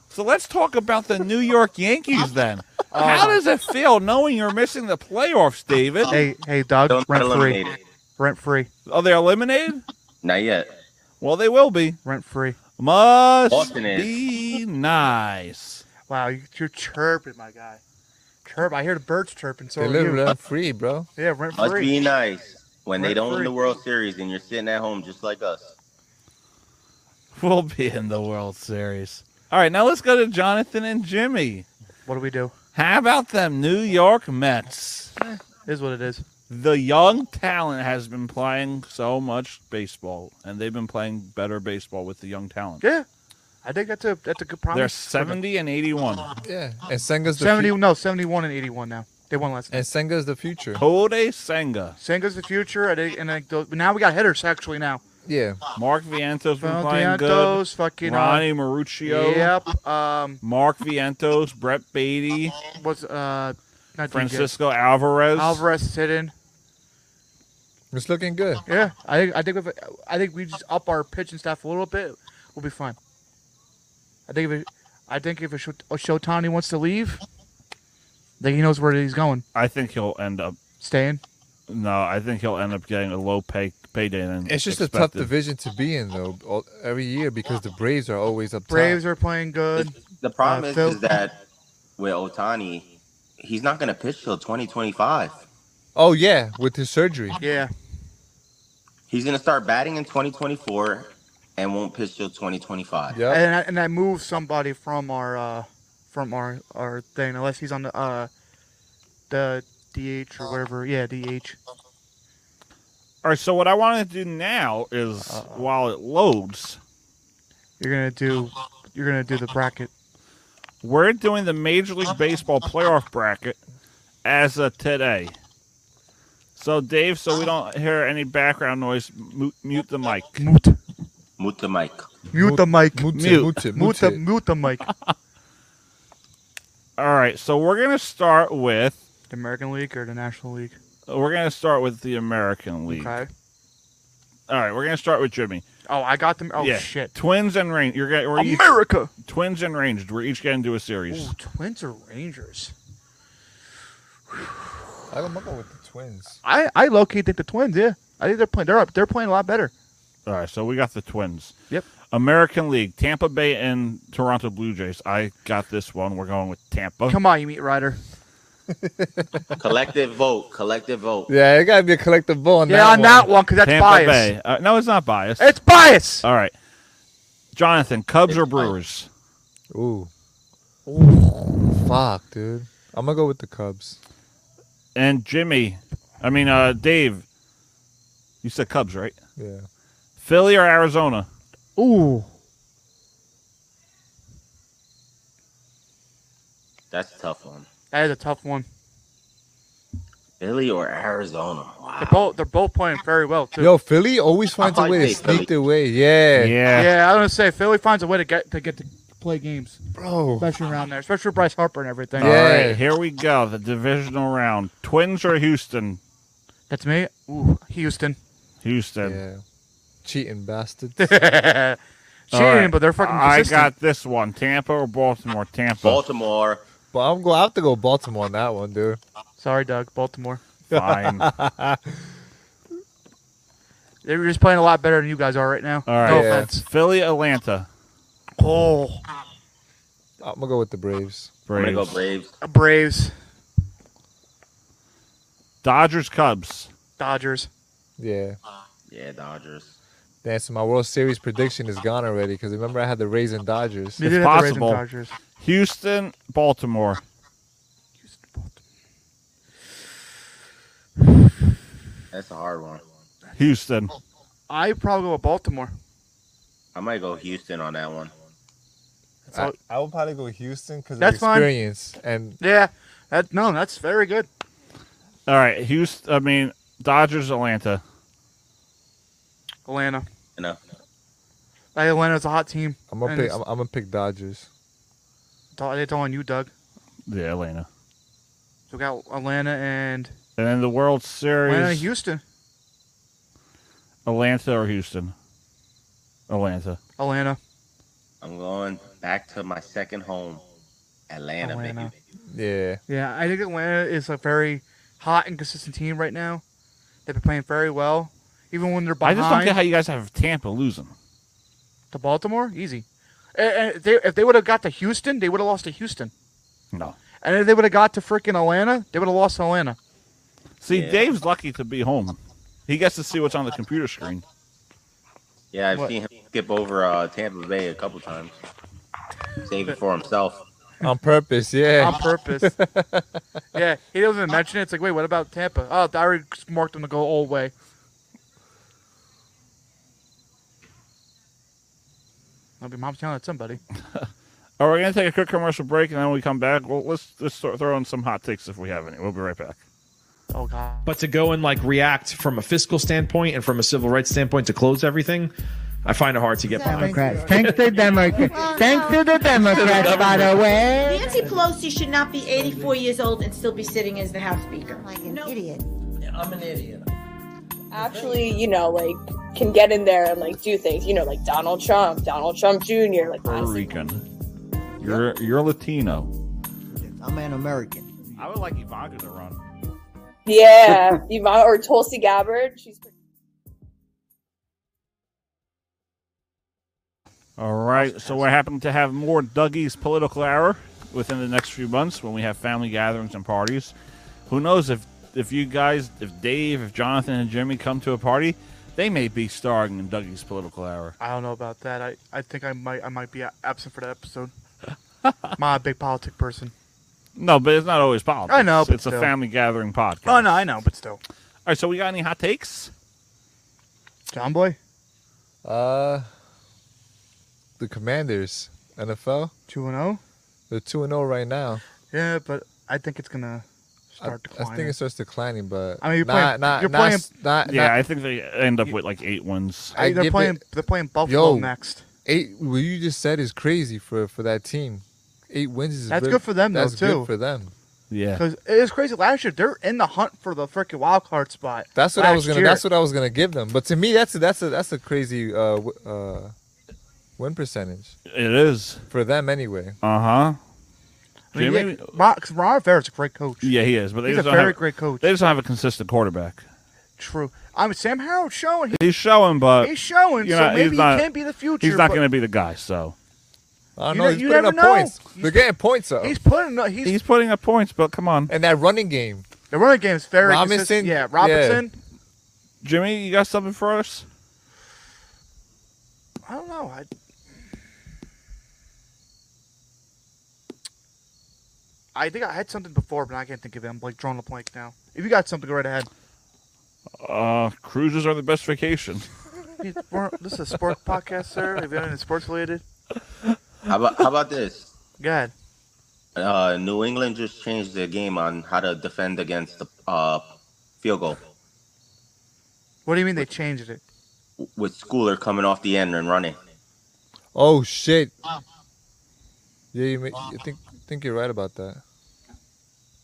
[SPEAKER 1] So let's talk about the New York Yankees then.
[SPEAKER 3] Oh.
[SPEAKER 1] How does it feel knowing you're missing the playoffs, David?
[SPEAKER 3] Hey, hey, Doug,
[SPEAKER 1] Don't
[SPEAKER 3] rent free.
[SPEAKER 1] eliminate it.
[SPEAKER 3] Rent free.
[SPEAKER 1] Are they eliminated?
[SPEAKER 5] Not yet.
[SPEAKER 1] Well, they will be.
[SPEAKER 3] Rent free.
[SPEAKER 1] Must
[SPEAKER 3] Boston is.
[SPEAKER 1] be nice.
[SPEAKER 3] Wow, you- you're chirping, my guy. Chirp. I hear the birds chirping. So
[SPEAKER 2] They
[SPEAKER 3] are
[SPEAKER 2] live
[SPEAKER 3] you.
[SPEAKER 2] rent free, bro.
[SPEAKER 3] Yeah, rent
[SPEAKER 5] Must
[SPEAKER 3] free.
[SPEAKER 5] be nice when they
[SPEAKER 3] Rent
[SPEAKER 5] don't win the
[SPEAKER 3] free.
[SPEAKER 5] World Series and you're sitting at home just like us.
[SPEAKER 1] We'll be in the World Series. All right, now let's go to Jonathan and Jimmy.
[SPEAKER 3] What do we do?
[SPEAKER 1] How about them New York Mets?
[SPEAKER 3] Is what it is.
[SPEAKER 1] The young talent has been playing so much baseball, and they've been playing better baseball with the young talent.
[SPEAKER 3] Yeah, I think that's a that's a good promise.
[SPEAKER 1] They're 70 and 81.
[SPEAKER 2] Yeah, and Senga's the
[SPEAKER 3] seventy.
[SPEAKER 2] fu-
[SPEAKER 3] no, seventy-one and eighty-one now. They won last.
[SPEAKER 2] and Senga's the future.
[SPEAKER 1] Kode Senga.
[SPEAKER 3] Senga's the future. I think, and I, but now we got hitters actually now.
[SPEAKER 2] Yeah.
[SPEAKER 1] Mark Viento's been playing good.
[SPEAKER 3] Valdiantos, fucking, uh,
[SPEAKER 1] Ronnie Maruccio.
[SPEAKER 3] Yep. Um,
[SPEAKER 1] Mark Vientos, Brett Beatty,
[SPEAKER 3] was uh, not
[SPEAKER 1] Francisco Alvarez.
[SPEAKER 3] Alvarez is hidden.
[SPEAKER 2] It's looking good.
[SPEAKER 3] Yeah, I think I think if, I think we just up our pitching staff a little bit, we'll be fine. I think if it, I think if Shot- Shotani wants to leave, then he knows where he's going.
[SPEAKER 1] I think he'll end up
[SPEAKER 3] staying.
[SPEAKER 1] No, I think he'll end up getting a low pay payday. Than
[SPEAKER 2] It's just a tough
[SPEAKER 1] expected.
[SPEAKER 2] division to be in though, all, every year because the Braves are always up top.
[SPEAKER 3] Braves are playing good.
[SPEAKER 5] The problem
[SPEAKER 3] Uh,
[SPEAKER 5] is,
[SPEAKER 3] Phil-
[SPEAKER 5] is that with Otani, he's not going to pitch till 2025.
[SPEAKER 2] Oh yeah, with his surgery.
[SPEAKER 3] Yeah.
[SPEAKER 5] He's going to start batting in 2024 and won't pitch till 2025.
[SPEAKER 3] And I, and I moved somebody from our uh, from our, our thing unless he's on the uh, the DH or whatever. Yeah, DH.
[SPEAKER 1] All right. So what I want to do now is, while it loads,
[SPEAKER 3] You're gonna do you're gonna do the bracket.
[SPEAKER 1] we're doing the Major League Baseball playoff bracket as of today. So Dave, so we don't hear any background noise, mute, mute the mic.
[SPEAKER 3] Mute.
[SPEAKER 5] Mute the mic.
[SPEAKER 3] Mute the mic.
[SPEAKER 1] Mute. Mute.
[SPEAKER 3] Mute,
[SPEAKER 1] Mute.
[SPEAKER 3] the, mute the mic.
[SPEAKER 1] All right. So we're gonna start with
[SPEAKER 3] The American League or the National League?
[SPEAKER 1] we're gonna start with the American League.
[SPEAKER 3] Okay.
[SPEAKER 1] All right. We're gonna start with Jimmy.
[SPEAKER 3] Oh, I got them. Oh
[SPEAKER 1] yeah.
[SPEAKER 3] shit.
[SPEAKER 1] Twins and Rangers. You're gonna we're each-
[SPEAKER 3] America.
[SPEAKER 1] Twins and Rangers. We're each gonna do a series.
[SPEAKER 3] Ooh, Twins or Rangers?
[SPEAKER 2] I don't know with the Twins.
[SPEAKER 3] I I low key think the Twins. Yeah, I think they're playing. They're up. They're playing a lot better.
[SPEAKER 1] All right, so we got the Twins.
[SPEAKER 3] Yep.
[SPEAKER 1] American League, Tampa Bay and Toronto Blue Jays. I got this one. We're going with Tampa.
[SPEAKER 3] Come on, you meat rider.
[SPEAKER 5] collective vote. Collective vote.
[SPEAKER 2] Yeah, it gotta be a collective vote on
[SPEAKER 1] Yeah,
[SPEAKER 2] that
[SPEAKER 1] on
[SPEAKER 2] one.
[SPEAKER 1] that
[SPEAKER 3] one, 'cause that's
[SPEAKER 1] Tampa
[SPEAKER 3] biased.
[SPEAKER 1] Bay. Uh, no, it's not biased.
[SPEAKER 3] It's bias.
[SPEAKER 1] All right. Jonathan, Cubs or Brewers?
[SPEAKER 2] Ooh. Fuck, dude. I'm gonna go with the Cubs.
[SPEAKER 1] And Jimmy, I mean uh Dave. You said Cubs, right?
[SPEAKER 2] Yeah.
[SPEAKER 1] Philly or Arizona?
[SPEAKER 3] Ooh.
[SPEAKER 5] That's a tough one.
[SPEAKER 3] That is a tough one.
[SPEAKER 5] Philly or Arizona? Wow.
[SPEAKER 3] They're both they're both playing very well too.
[SPEAKER 2] Yo, Philly always finds a
[SPEAKER 5] might
[SPEAKER 2] way to
[SPEAKER 5] take
[SPEAKER 2] sneak their way. Yeah.
[SPEAKER 1] Yeah.
[SPEAKER 3] Yeah, I was gonna say Philly finds a way to get to get to play games,
[SPEAKER 2] bro.
[SPEAKER 3] Especially around there, especially with Bryce Harper and everything.
[SPEAKER 1] All right, here we go. The divisional round. Twins or Houston?
[SPEAKER 3] That's me. Ooh, Houston.
[SPEAKER 1] Houston.
[SPEAKER 2] Yeah. Cheating bastards.
[SPEAKER 1] All
[SPEAKER 3] Cheating,
[SPEAKER 1] right.
[SPEAKER 3] but they're fucking.
[SPEAKER 1] I
[SPEAKER 3] consistent.
[SPEAKER 1] got this one. Tampa or Baltimore? Tampa.
[SPEAKER 5] Baltimore.
[SPEAKER 2] But I'm going to have to go Baltimore on that one, dude.
[SPEAKER 3] Sorry, Doug. Baltimore.
[SPEAKER 1] Fine.
[SPEAKER 3] They're just playing a lot better than you guys are right now.
[SPEAKER 1] All right.
[SPEAKER 3] No offense.
[SPEAKER 1] Philly, Atlanta.
[SPEAKER 3] Oh,
[SPEAKER 2] I'm going to go with the Braves.
[SPEAKER 5] I'm gonna go Braves.
[SPEAKER 3] Braves,
[SPEAKER 1] Dodgers, Cubs.
[SPEAKER 3] Dodgers.
[SPEAKER 2] Yeah.
[SPEAKER 5] Yeah, Dodgers.
[SPEAKER 2] Damn, so my World Series prediction is gone already because remember I had the Rays and Dodgers.
[SPEAKER 1] It's possible. Houston, Baltimore.
[SPEAKER 5] That's a hard one.
[SPEAKER 1] Houston.
[SPEAKER 3] I probably go with Baltimore.
[SPEAKER 5] I might go Houston on that one.
[SPEAKER 2] I, I will probably go Houston because of
[SPEAKER 3] That's fine.
[SPEAKER 2] experience. And
[SPEAKER 3] Yeah. That no, that's very good.
[SPEAKER 1] All right, Houston. I mean, Dodgers, Atlanta.
[SPEAKER 3] Atlanta.
[SPEAKER 5] No.
[SPEAKER 3] Like, Atlanta's a hot team.
[SPEAKER 2] I'm gonna
[SPEAKER 3] And
[SPEAKER 2] pick.
[SPEAKER 3] it's-
[SPEAKER 2] I'm, I'm gonna pick Dodgers.
[SPEAKER 3] It's all on you, Doug.
[SPEAKER 1] Yeah, Atlanta.
[SPEAKER 3] So we got Atlanta and
[SPEAKER 1] And then the World
[SPEAKER 3] Atlanta and
[SPEAKER 1] Series,
[SPEAKER 3] Houston.
[SPEAKER 1] Atlanta or Houston? Atlanta.
[SPEAKER 3] Atlanta.
[SPEAKER 5] I'm going back to my second home, Atlanta,
[SPEAKER 3] Atlanta.
[SPEAKER 5] baby.
[SPEAKER 2] Yeah.
[SPEAKER 3] Yeah, I think Atlanta is a very hot and consistent team right now. They've been playing very well, even when they're behind.
[SPEAKER 1] I just don't get how you guys have Tampa losing.
[SPEAKER 3] to Baltimore, easy. And, and if they, if they would have got to Houston, they would have lost to Houston.
[SPEAKER 1] No.
[SPEAKER 3] And if they would have got to freaking Atlanta, they would have lost to Atlanta.
[SPEAKER 1] See,
[SPEAKER 5] Yeah.
[SPEAKER 1] Dave's lucky to be home. He gets to see what's on the computer screen.
[SPEAKER 5] Yeah, I've
[SPEAKER 3] What?
[SPEAKER 5] seen him skip over uh, Tampa Bay a couple times. Save it for himself.
[SPEAKER 2] On purpose. Yeah.
[SPEAKER 3] On purpose. yeah, he doesn't even mention it. It's like, wait, what about Tampa? Oh, I already marked them to go all the way. I'll be mom's yelling at somebody.
[SPEAKER 1] All right, we're going to take a quick commercial break, and then when we come back, well, let's just throw throw in some hot takes if we have any. We'll be right back.
[SPEAKER 3] Oh God.
[SPEAKER 12] But to go and like react from a fiscal standpoint and from a civil rights standpoint to close everything, I find it hard to get behind.
[SPEAKER 13] Democrats. Thanks to Democrats. Thanks to the Democrats, by the way.
[SPEAKER 14] Nancy Pelosi should not be 84 years old and still be sitting as the House Speaker.
[SPEAKER 10] Like an idiot.
[SPEAKER 14] I'm an idiot.
[SPEAKER 15] actually, you know, like can get in there and like do things, you know, like Donald Trump, Donald Trump Jr., like
[SPEAKER 1] Puerto Rican. You're you're Latino.
[SPEAKER 4] I'm an American.
[SPEAKER 1] I would like Ivanka to run.
[SPEAKER 15] yeah, Yvonne or Tulsi Gabbard, she's
[SPEAKER 1] All right, so we're happy to have more Dougie's political hour within the next few months when we have family gatherings and parties. Who knows if if you guys, if Dave, if Jonathan, and Jimmy come to a party, they may be starring in Dougie's political hour.
[SPEAKER 3] I don't know about that. I, I think I might I might be absent for that episode. My big politic person.
[SPEAKER 1] No, but it's not always politics.
[SPEAKER 3] I know, but
[SPEAKER 1] it's a
[SPEAKER 3] still.
[SPEAKER 1] family gathering podcast.
[SPEAKER 3] Oh no, I know, but still.
[SPEAKER 1] All right, so we got any hot takes?
[SPEAKER 3] John Boy,
[SPEAKER 2] Uh, the Commanders, NFL.
[SPEAKER 3] two and zero.
[SPEAKER 2] They're two and zero right now.
[SPEAKER 3] Yeah, but I think it's gonna
[SPEAKER 2] I,
[SPEAKER 3] start
[SPEAKER 2] I
[SPEAKER 3] declining.
[SPEAKER 2] think it starts declining, but
[SPEAKER 3] I mean, you're
[SPEAKER 2] not,
[SPEAKER 3] playing-
[SPEAKER 2] not,
[SPEAKER 3] you're
[SPEAKER 2] not,
[SPEAKER 3] playing-
[SPEAKER 2] s- not,
[SPEAKER 1] yeah,
[SPEAKER 2] not-
[SPEAKER 1] I think they end up with like eight wins.
[SPEAKER 2] I
[SPEAKER 3] they're
[SPEAKER 2] give
[SPEAKER 3] playing
[SPEAKER 2] it-
[SPEAKER 3] they're playing Buffalo
[SPEAKER 2] Yo,
[SPEAKER 3] next.
[SPEAKER 2] Eight. What you just said is crazy for for that team. Eight wins is
[SPEAKER 3] That's good for them, though,
[SPEAKER 2] That's
[SPEAKER 3] too.
[SPEAKER 2] good for them.
[SPEAKER 1] Yeah.
[SPEAKER 3] Because it was crazy last year. They're in the hunt for the freaking wild card spot.
[SPEAKER 2] That's what I
[SPEAKER 3] last
[SPEAKER 2] was gonna.
[SPEAKER 3] year.
[SPEAKER 2] That's what I was gonna give them. But to me, that's a, that's a that's a crazy uh, w- uh, win percentage
[SPEAKER 1] It is.
[SPEAKER 2] for them anyway.
[SPEAKER 1] Uh huh.
[SPEAKER 3] I mean,
[SPEAKER 1] Jimmy?
[SPEAKER 3] yeah, Ron, 'cause Ron Rivera's a great coach.
[SPEAKER 1] Yeah, he is. But they
[SPEAKER 3] He's a
[SPEAKER 1] just don't
[SPEAKER 3] very
[SPEAKER 1] have,
[SPEAKER 3] great coach.
[SPEAKER 1] They just don't have a consistent quarterback.
[SPEAKER 3] True. I mean, Sam Harrell's showing. He,
[SPEAKER 1] He's showing, but
[SPEAKER 3] he's showing.
[SPEAKER 1] you
[SPEAKER 3] so
[SPEAKER 1] know, he's
[SPEAKER 3] maybe he
[SPEAKER 1] not-
[SPEAKER 3] can be the future.
[SPEAKER 1] he's not
[SPEAKER 3] but
[SPEAKER 1] going to be the guy. So
[SPEAKER 2] I don't
[SPEAKER 3] You
[SPEAKER 2] know.
[SPEAKER 3] ne-
[SPEAKER 2] He's
[SPEAKER 3] you
[SPEAKER 2] putting up
[SPEAKER 3] never know.
[SPEAKER 2] points. They're getting points up.
[SPEAKER 3] He's putting. up- He's,
[SPEAKER 1] he's putting up points, but come on,
[SPEAKER 2] and that running game.
[SPEAKER 3] the running game is very
[SPEAKER 2] Robinson,
[SPEAKER 3] consistent. Yeah,
[SPEAKER 2] yeah.
[SPEAKER 3] Robinson.
[SPEAKER 1] Jimmy, you got something for us?
[SPEAKER 3] I don't know. I, I think I had something before, but I can't think of it. I'm like drawing a blank now. If you got something, go right ahead.
[SPEAKER 1] Uh, cruises are the best vacation.
[SPEAKER 3] You- we're- this is a sports podcast, sir. If you have anything sports related,
[SPEAKER 5] How about how about this?
[SPEAKER 3] go ahead.
[SPEAKER 5] Uh, New England just changed their game on how to defend against the uh, field goal
[SPEAKER 3] What do you mean they changed it?
[SPEAKER 5] with Schooler coming off the end and running.
[SPEAKER 2] Oh shit! Yeah, you may, I think think you're right about that.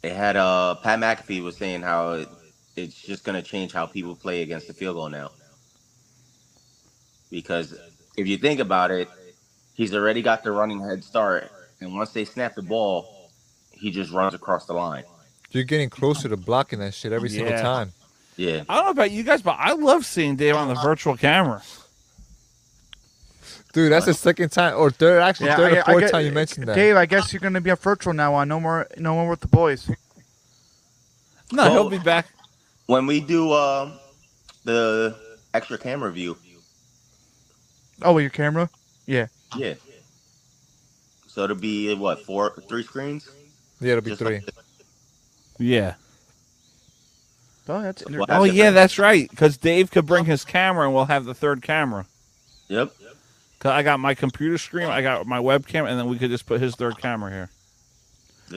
[SPEAKER 5] They had uh Pat McAfee was saying how it, it's just gonna change how people play against the field goal now. Because if you think about it, he's already got the running head start, and once they snap the ball, he just runs across the line.
[SPEAKER 2] You're getting closer to blocking that shit every single
[SPEAKER 1] Yeah.
[SPEAKER 2] time.
[SPEAKER 5] Yeah.
[SPEAKER 1] I don't know about you guys, but I love seeing Dave on the virtual camera.
[SPEAKER 2] Dude, that's the second time or third, actually
[SPEAKER 3] Yeah,
[SPEAKER 2] third
[SPEAKER 3] I-
[SPEAKER 2] or
[SPEAKER 3] I
[SPEAKER 2] fourth
[SPEAKER 3] get-
[SPEAKER 2] time you mentioned that.
[SPEAKER 3] Dave, I guess you're gonna be a virtual now on no more no more with the boys.
[SPEAKER 1] No, he'll be back.
[SPEAKER 5] When we do um the extra camera view,
[SPEAKER 3] Oh, with your camera? Yeah.
[SPEAKER 5] yeah. So it'll be what four, three screens?
[SPEAKER 2] Yeah, it'll be three.
[SPEAKER 1] Yeah.
[SPEAKER 3] Oh, that's
[SPEAKER 5] Well,
[SPEAKER 1] Oh yeah, that's right. Because Dave could bring his camera, and we'll have the third camera.
[SPEAKER 5] Yep.
[SPEAKER 1] Cause I got my computer screen, I got my webcam, and then we could just put his third camera here.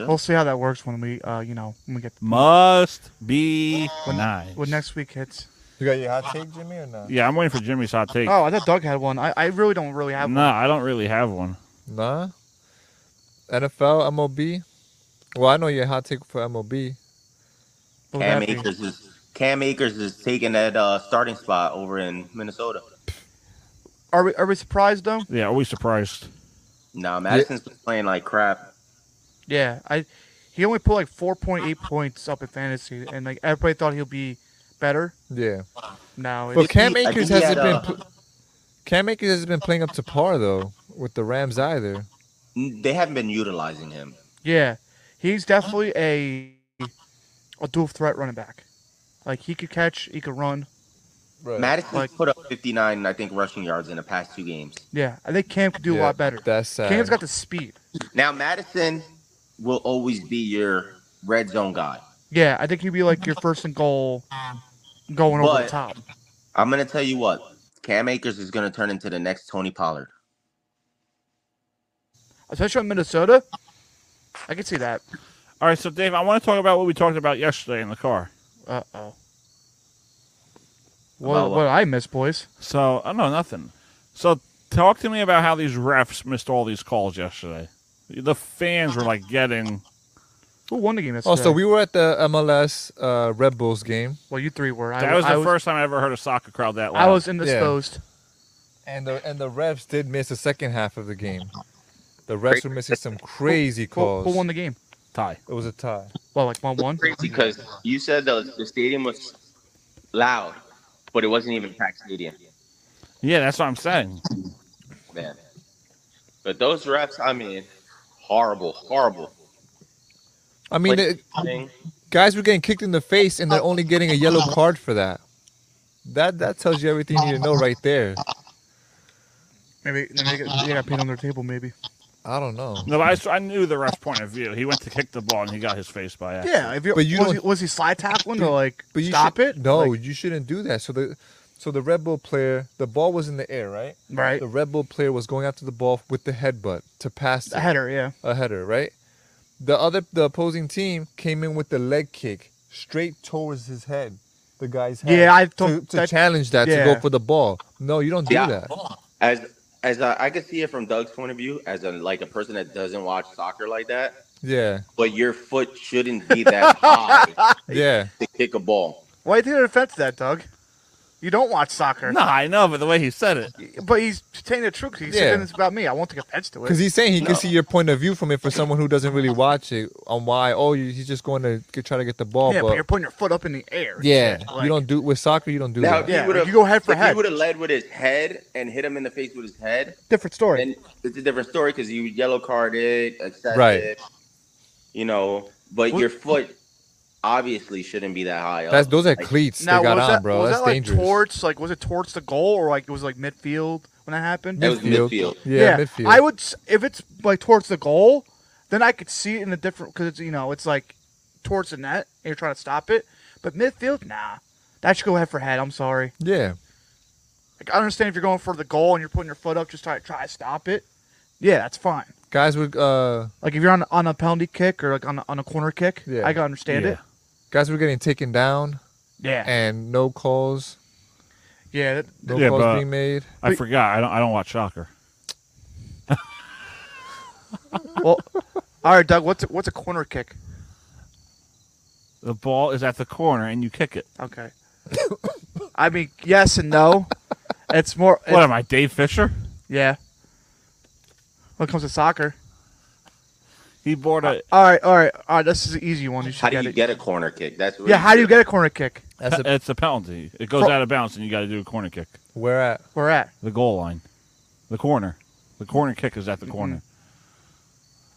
[SPEAKER 3] We'll see how that works when we, uh, you know, when we get
[SPEAKER 1] Must be nice.
[SPEAKER 3] when next week hits.
[SPEAKER 2] You got your hot take, Jimmy, or not?
[SPEAKER 1] Yeah, I'm waiting for Jimmy's hot take.
[SPEAKER 3] Oh, I thought Doug had one. I, I really don't really have
[SPEAKER 1] no, I don't really have one.
[SPEAKER 2] Nah. NFL, MLB. Well, I know your hot take for MLB.
[SPEAKER 5] Cam Akers is Cam Akers is taking that uh, starting spot over in Minnesota.
[SPEAKER 3] Are we are we surprised though?
[SPEAKER 1] Yeah, are we surprised?
[SPEAKER 5] Nah, Madison's been playing like crap.
[SPEAKER 3] Yeah, I he only put like 4.8 points up in fantasy, and like everybody thought he'll be better.
[SPEAKER 2] Yeah.
[SPEAKER 3] No,
[SPEAKER 2] But Cam
[SPEAKER 3] it's-
[SPEAKER 2] Akers hasn't
[SPEAKER 3] uh,
[SPEAKER 2] been pl- Cam Akers hasn't been playing up to par though with the Rams either.
[SPEAKER 5] They haven't been utilizing him.
[SPEAKER 3] Yeah, he's definitely a a dual threat running back. Like he could catch, he could run.
[SPEAKER 2] Uh,
[SPEAKER 5] Madison's
[SPEAKER 3] Like-
[SPEAKER 5] put up 59, I think, rushing yards in the past two games.
[SPEAKER 3] Yeah, I think Cam could do a
[SPEAKER 5] Yeah,
[SPEAKER 3] lot better.
[SPEAKER 2] That's sad.
[SPEAKER 3] Cam's got the speed.
[SPEAKER 5] Now Madison will always be your red zone guy.
[SPEAKER 3] Yeah, I think he'd be like your first and goal, going over the
[SPEAKER 5] But-
[SPEAKER 3] top.
[SPEAKER 5] I'm gonna tell you what, Cam Akers is gonna turn into the next Tony Pollard.
[SPEAKER 3] Especially in Minnesota, I can see that.
[SPEAKER 1] All right, so Dave, I want to talk about what we talked about yesterday in the car.
[SPEAKER 3] Uh oh. What, what I miss, boys?
[SPEAKER 1] So, oh, no, nothing. So, talk to me about how these refs missed all these calls yesterday. The fans were like getting.
[SPEAKER 3] Who won the game yesterday?
[SPEAKER 2] Also, Oh, we were at the MLS uh, Red Bulls game.
[SPEAKER 3] Well, you three were.
[SPEAKER 1] That was the first time I ever heard a soccer crowd that loud.
[SPEAKER 2] And the and the refs did miss the second half of the game. The refs were missing some crazy
[SPEAKER 3] Who- who-
[SPEAKER 2] calls.
[SPEAKER 3] Who won the game?
[SPEAKER 1] Tie.
[SPEAKER 2] It was a tie.
[SPEAKER 3] Well, like one one.
[SPEAKER 5] Crazy because you said the, the stadium was loud, but it wasn't even packed stadium,
[SPEAKER 1] Yeah, that's what I'm saying.
[SPEAKER 5] man. But those refs, I mean, horrible, horrible.
[SPEAKER 2] I mean,
[SPEAKER 5] Like,
[SPEAKER 2] the, guys were getting kicked in the face, and they're only getting a yellow card for that. That that tells you everything you need to know right there.
[SPEAKER 3] Maybe maybe they got, they got paid on their table. Maybe.
[SPEAKER 2] I don't know.
[SPEAKER 1] No, but I, s- I knew the ref's point of view. He went to kick the ball and he got his face by accident.
[SPEAKER 3] Yeah. If you, was, he, was he slide tackling to like
[SPEAKER 2] you
[SPEAKER 3] stop
[SPEAKER 2] should-
[SPEAKER 3] it?
[SPEAKER 2] No,
[SPEAKER 3] Like,
[SPEAKER 2] you shouldn't do that. So the so the Red Bull player, the ball was in the air, right?
[SPEAKER 3] Right.
[SPEAKER 2] The Red Bull player was going after the ball with the headbutt to pass
[SPEAKER 3] The
[SPEAKER 2] it.
[SPEAKER 3] header, yeah.
[SPEAKER 2] A header, right? The other the opposing team came in with the leg kick straight towards his head, the guy's head.
[SPEAKER 5] Yeah, I
[SPEAKER 2] to,
[SPEAKER 5] don't-
[SPEAKER 2] to
[SPEAKER 5] that-
[SPEAKER 2] challenge that to
[SPEAKER 5] Yeah.
[SPEAKER 2] go for the ball. No, you don't do
[SPEAKER 5] Yeah.
[SPEAKER 2] that.
[SPEAKER 5] As as I, I could see it from Doug's point of view, as a like a person that doesn't watch soccer like that,
[SPEAKER 2] Yeah.
[SPEAKER 5] but your foot shouldn't be that high
[SPEAKER 2] Yeah.
[SPEAKER 5] to kick a ball.
[SPEAKER 3] Why did it affect that, Doug? You don't watch soccer.
[SPEAKER 1] No, I know, but the way he said it.
[SPEAKER 3] But he's saying the truth. He's
[SPEAKER 2] Yeah.
[SPEAKER 3] saying it's about me. I won't take offense to it.
[SPEAKER 2] Because he's saying he
[SPEAKER 3] No.
[SPEAKER 2] can see your point of view from it for someone who doesn't really watch it on why, oh, you- he's just going to get, try to get the ball.
[SPEAKER 3] yeah, but,
[SPEAKER 2] but
[SPEAKER 3] you're putting your foot up in the air.
[SPEAKER 2] yeah,
[SPEAKER 3] Like,
[SPEAKER 2] you don't do with soccer. You don't do
[SPEAKER 5] Now,
[SPEAKER 2] that.
[SPEAKER 5] if he would've-
[SPEAKER 3] you go head for
[SPEAKER 5] if
[SPEAKER 3] head.
[SPEAKER 5] He would have led with his head and hit him in the face with his head.
[SPEAKER 3] Different story.
[SPEAKER 5] Then it's a different story because you yellow carded, excessive.
[SPEAKER 2] Right.
[SPEAKER 5] You know, but
[SPEAKER 3] What-
[SPEAKER 5] your foot obviously shouldn't be that high.
[SPEAKER 2] That's-
[SPEAKER 5] up.
[SPEAKER 2] those are cleats they
[SPEAKER 5] Now,
[SPEAKER 2] Now, got
[SPEAKER 5] was
[SPEAKER 2] on,
[SPEAKER 5] that-
[SPEAKER 2] bro.
[SPEAKER 3] was
[SPEAKER 2] That's
[SPEAKER 3] that like
[SPEAKER 2] dangerous.
[SPEAKER 3] towards like was it towards the goal or like it was like midfield when that happened?
[SPEAKER 5] It was Midfield. midfield.
[SPEAKER 2] Yeah, midfield.
[SPEAKER 3] I would s- if it's like towards the goal, then I could see it in a different because it's you know it's like towards the net and you're trying to stop it. But midfield, nah, that should go head for head. I'm sorry.
[SPEAKER 2] Yeah.
[SPEAKER 3] Like I understand if you're going for the goal and you're putting your foot up just try try to stop it. Yeah, that's fine.
[SPEAKER 2] Guys were uh
[SPEAKER 3] Like if you're on on a penalty kick or like on a, on a corner kick, I can understand it.
[SPEAKER 2] Guys were getting taken down.
[SPEAKER 3] Yeah.
[SPEAKER 2] And no calls.
[SPEAKER 3] Yeah, that,
[SPEAKER 2] No
[SPEAKER 1] Yeah,
[SPEAKER 2] calls
[SPEAKER 1] but
[SPEAKER 2] being made.
[SPEAKER 1] I forgot. I don't. I don't watch soccer.
[SPEAKER 3] well, all right, Doug. What's a, what's a corner kick?
[SPEAKER 1] The ball is at the corner and you kick it.
[SPEAKER 3] Okay. I mean, yes and no. It's more.
[SPEAKER 1] What am I, Dave Fisher?
[SPEAKER 3] Yeah. When it comes to soccer,
[SPEAKER 1] he bought a.
[SPEAKER 3] all right, all right, all right. This is an easy one. You should
[SPEAKER 5] How do
[SPEAKER 3] get
[SPEAKER 5] you
[SPEAKER 3] it.
[SPEAKER 5] get a corner kick? That's what
[SPEAKER 3] yeah. How do you get a corner kick?
[SPEAKER 1] That's a, it's a penalty. It goes
[SPEAKER 3] Fro-
[SPEAKER 1] out of bounds, and you got to do a corner kick.
[SPEAKER 2] Where at?
[SPEAKER 3] Where at?
[SPEAKER 1] The goal line, the corner, the corner kick is at the corner.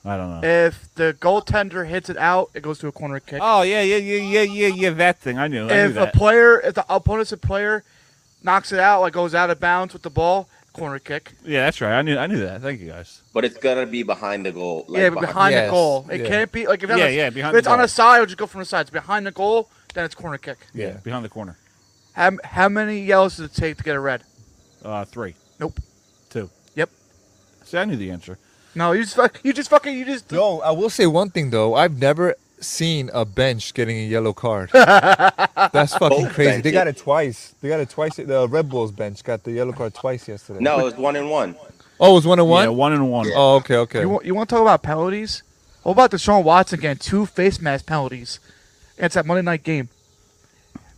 [SPEAKER 1] I don't know.
[SPEAKER 3] If the goaltender hits it out, it goes to a corner kick.
[SPEAKER 1] oh yeah, yeah, yeah, yeah, yeah, yeah. That thing I knew. I knew
[SPEAKER 3] if a
[SPEAKER 1] that.
[SPEAKER 3] player, if the opponent's a player, knocks it out, like goes out of bounds with the ball, corner kick.
[SPEAKER 1] yeah, that's right. I knew. I knew that. Thank you guys.
[SPEAKER 5] But it's gonna be behind the goal. Like
[SPEAKER 3] yeah, but behind the goal, it can't be like if, that's
[SPEAKER 1] Yeah, yeah, behind
[SPEAKER 3] if
[SPEAKER 1] the
[SPEAKER 3] it's on
[SPEAKER 1] goal.
[SPEAKER 3] a side, it'll just go from the sides. Behind the goal, then it's corner kick.
[SPEAKER 1] Yeah, behind the corner.
[SPEAKER 3] How, how many yellows does it take to get a red?
[SPEAKER 1] Uh, three.
[SPEAKER 3] Nope.
[SPEAKER 1] Two.
[SPEAKER 3] Yep.
[SPEAKER 1] See, I knew the answer.
[SPEAKER 3] No, you just fuck, you just fucking you just.
[SPEAKER 2] No, I will say one thing though. I've never seen a bench getting a yellow card. That's fucking
[SPEAKER 5] Both
[SPEAKER 2] crazy. They got it
[SPEAKER 5] benches.
[SPEAKER 2] twice. They got it twice. The Red Bulls bench got the yellow card twice yesterday.
[SPEAKER 5] No, it was one and one.
[SPEAKER 2] Oh, it was one and one.
[SPEAKER 1] Yeah, one and one.
[SPEAKER 2] Oh, okay, okay.
[SPEAKER 3] You want, you want to talk about penalties? What about Deshaun Watson getting two face mask penalties? It's that Monday night game.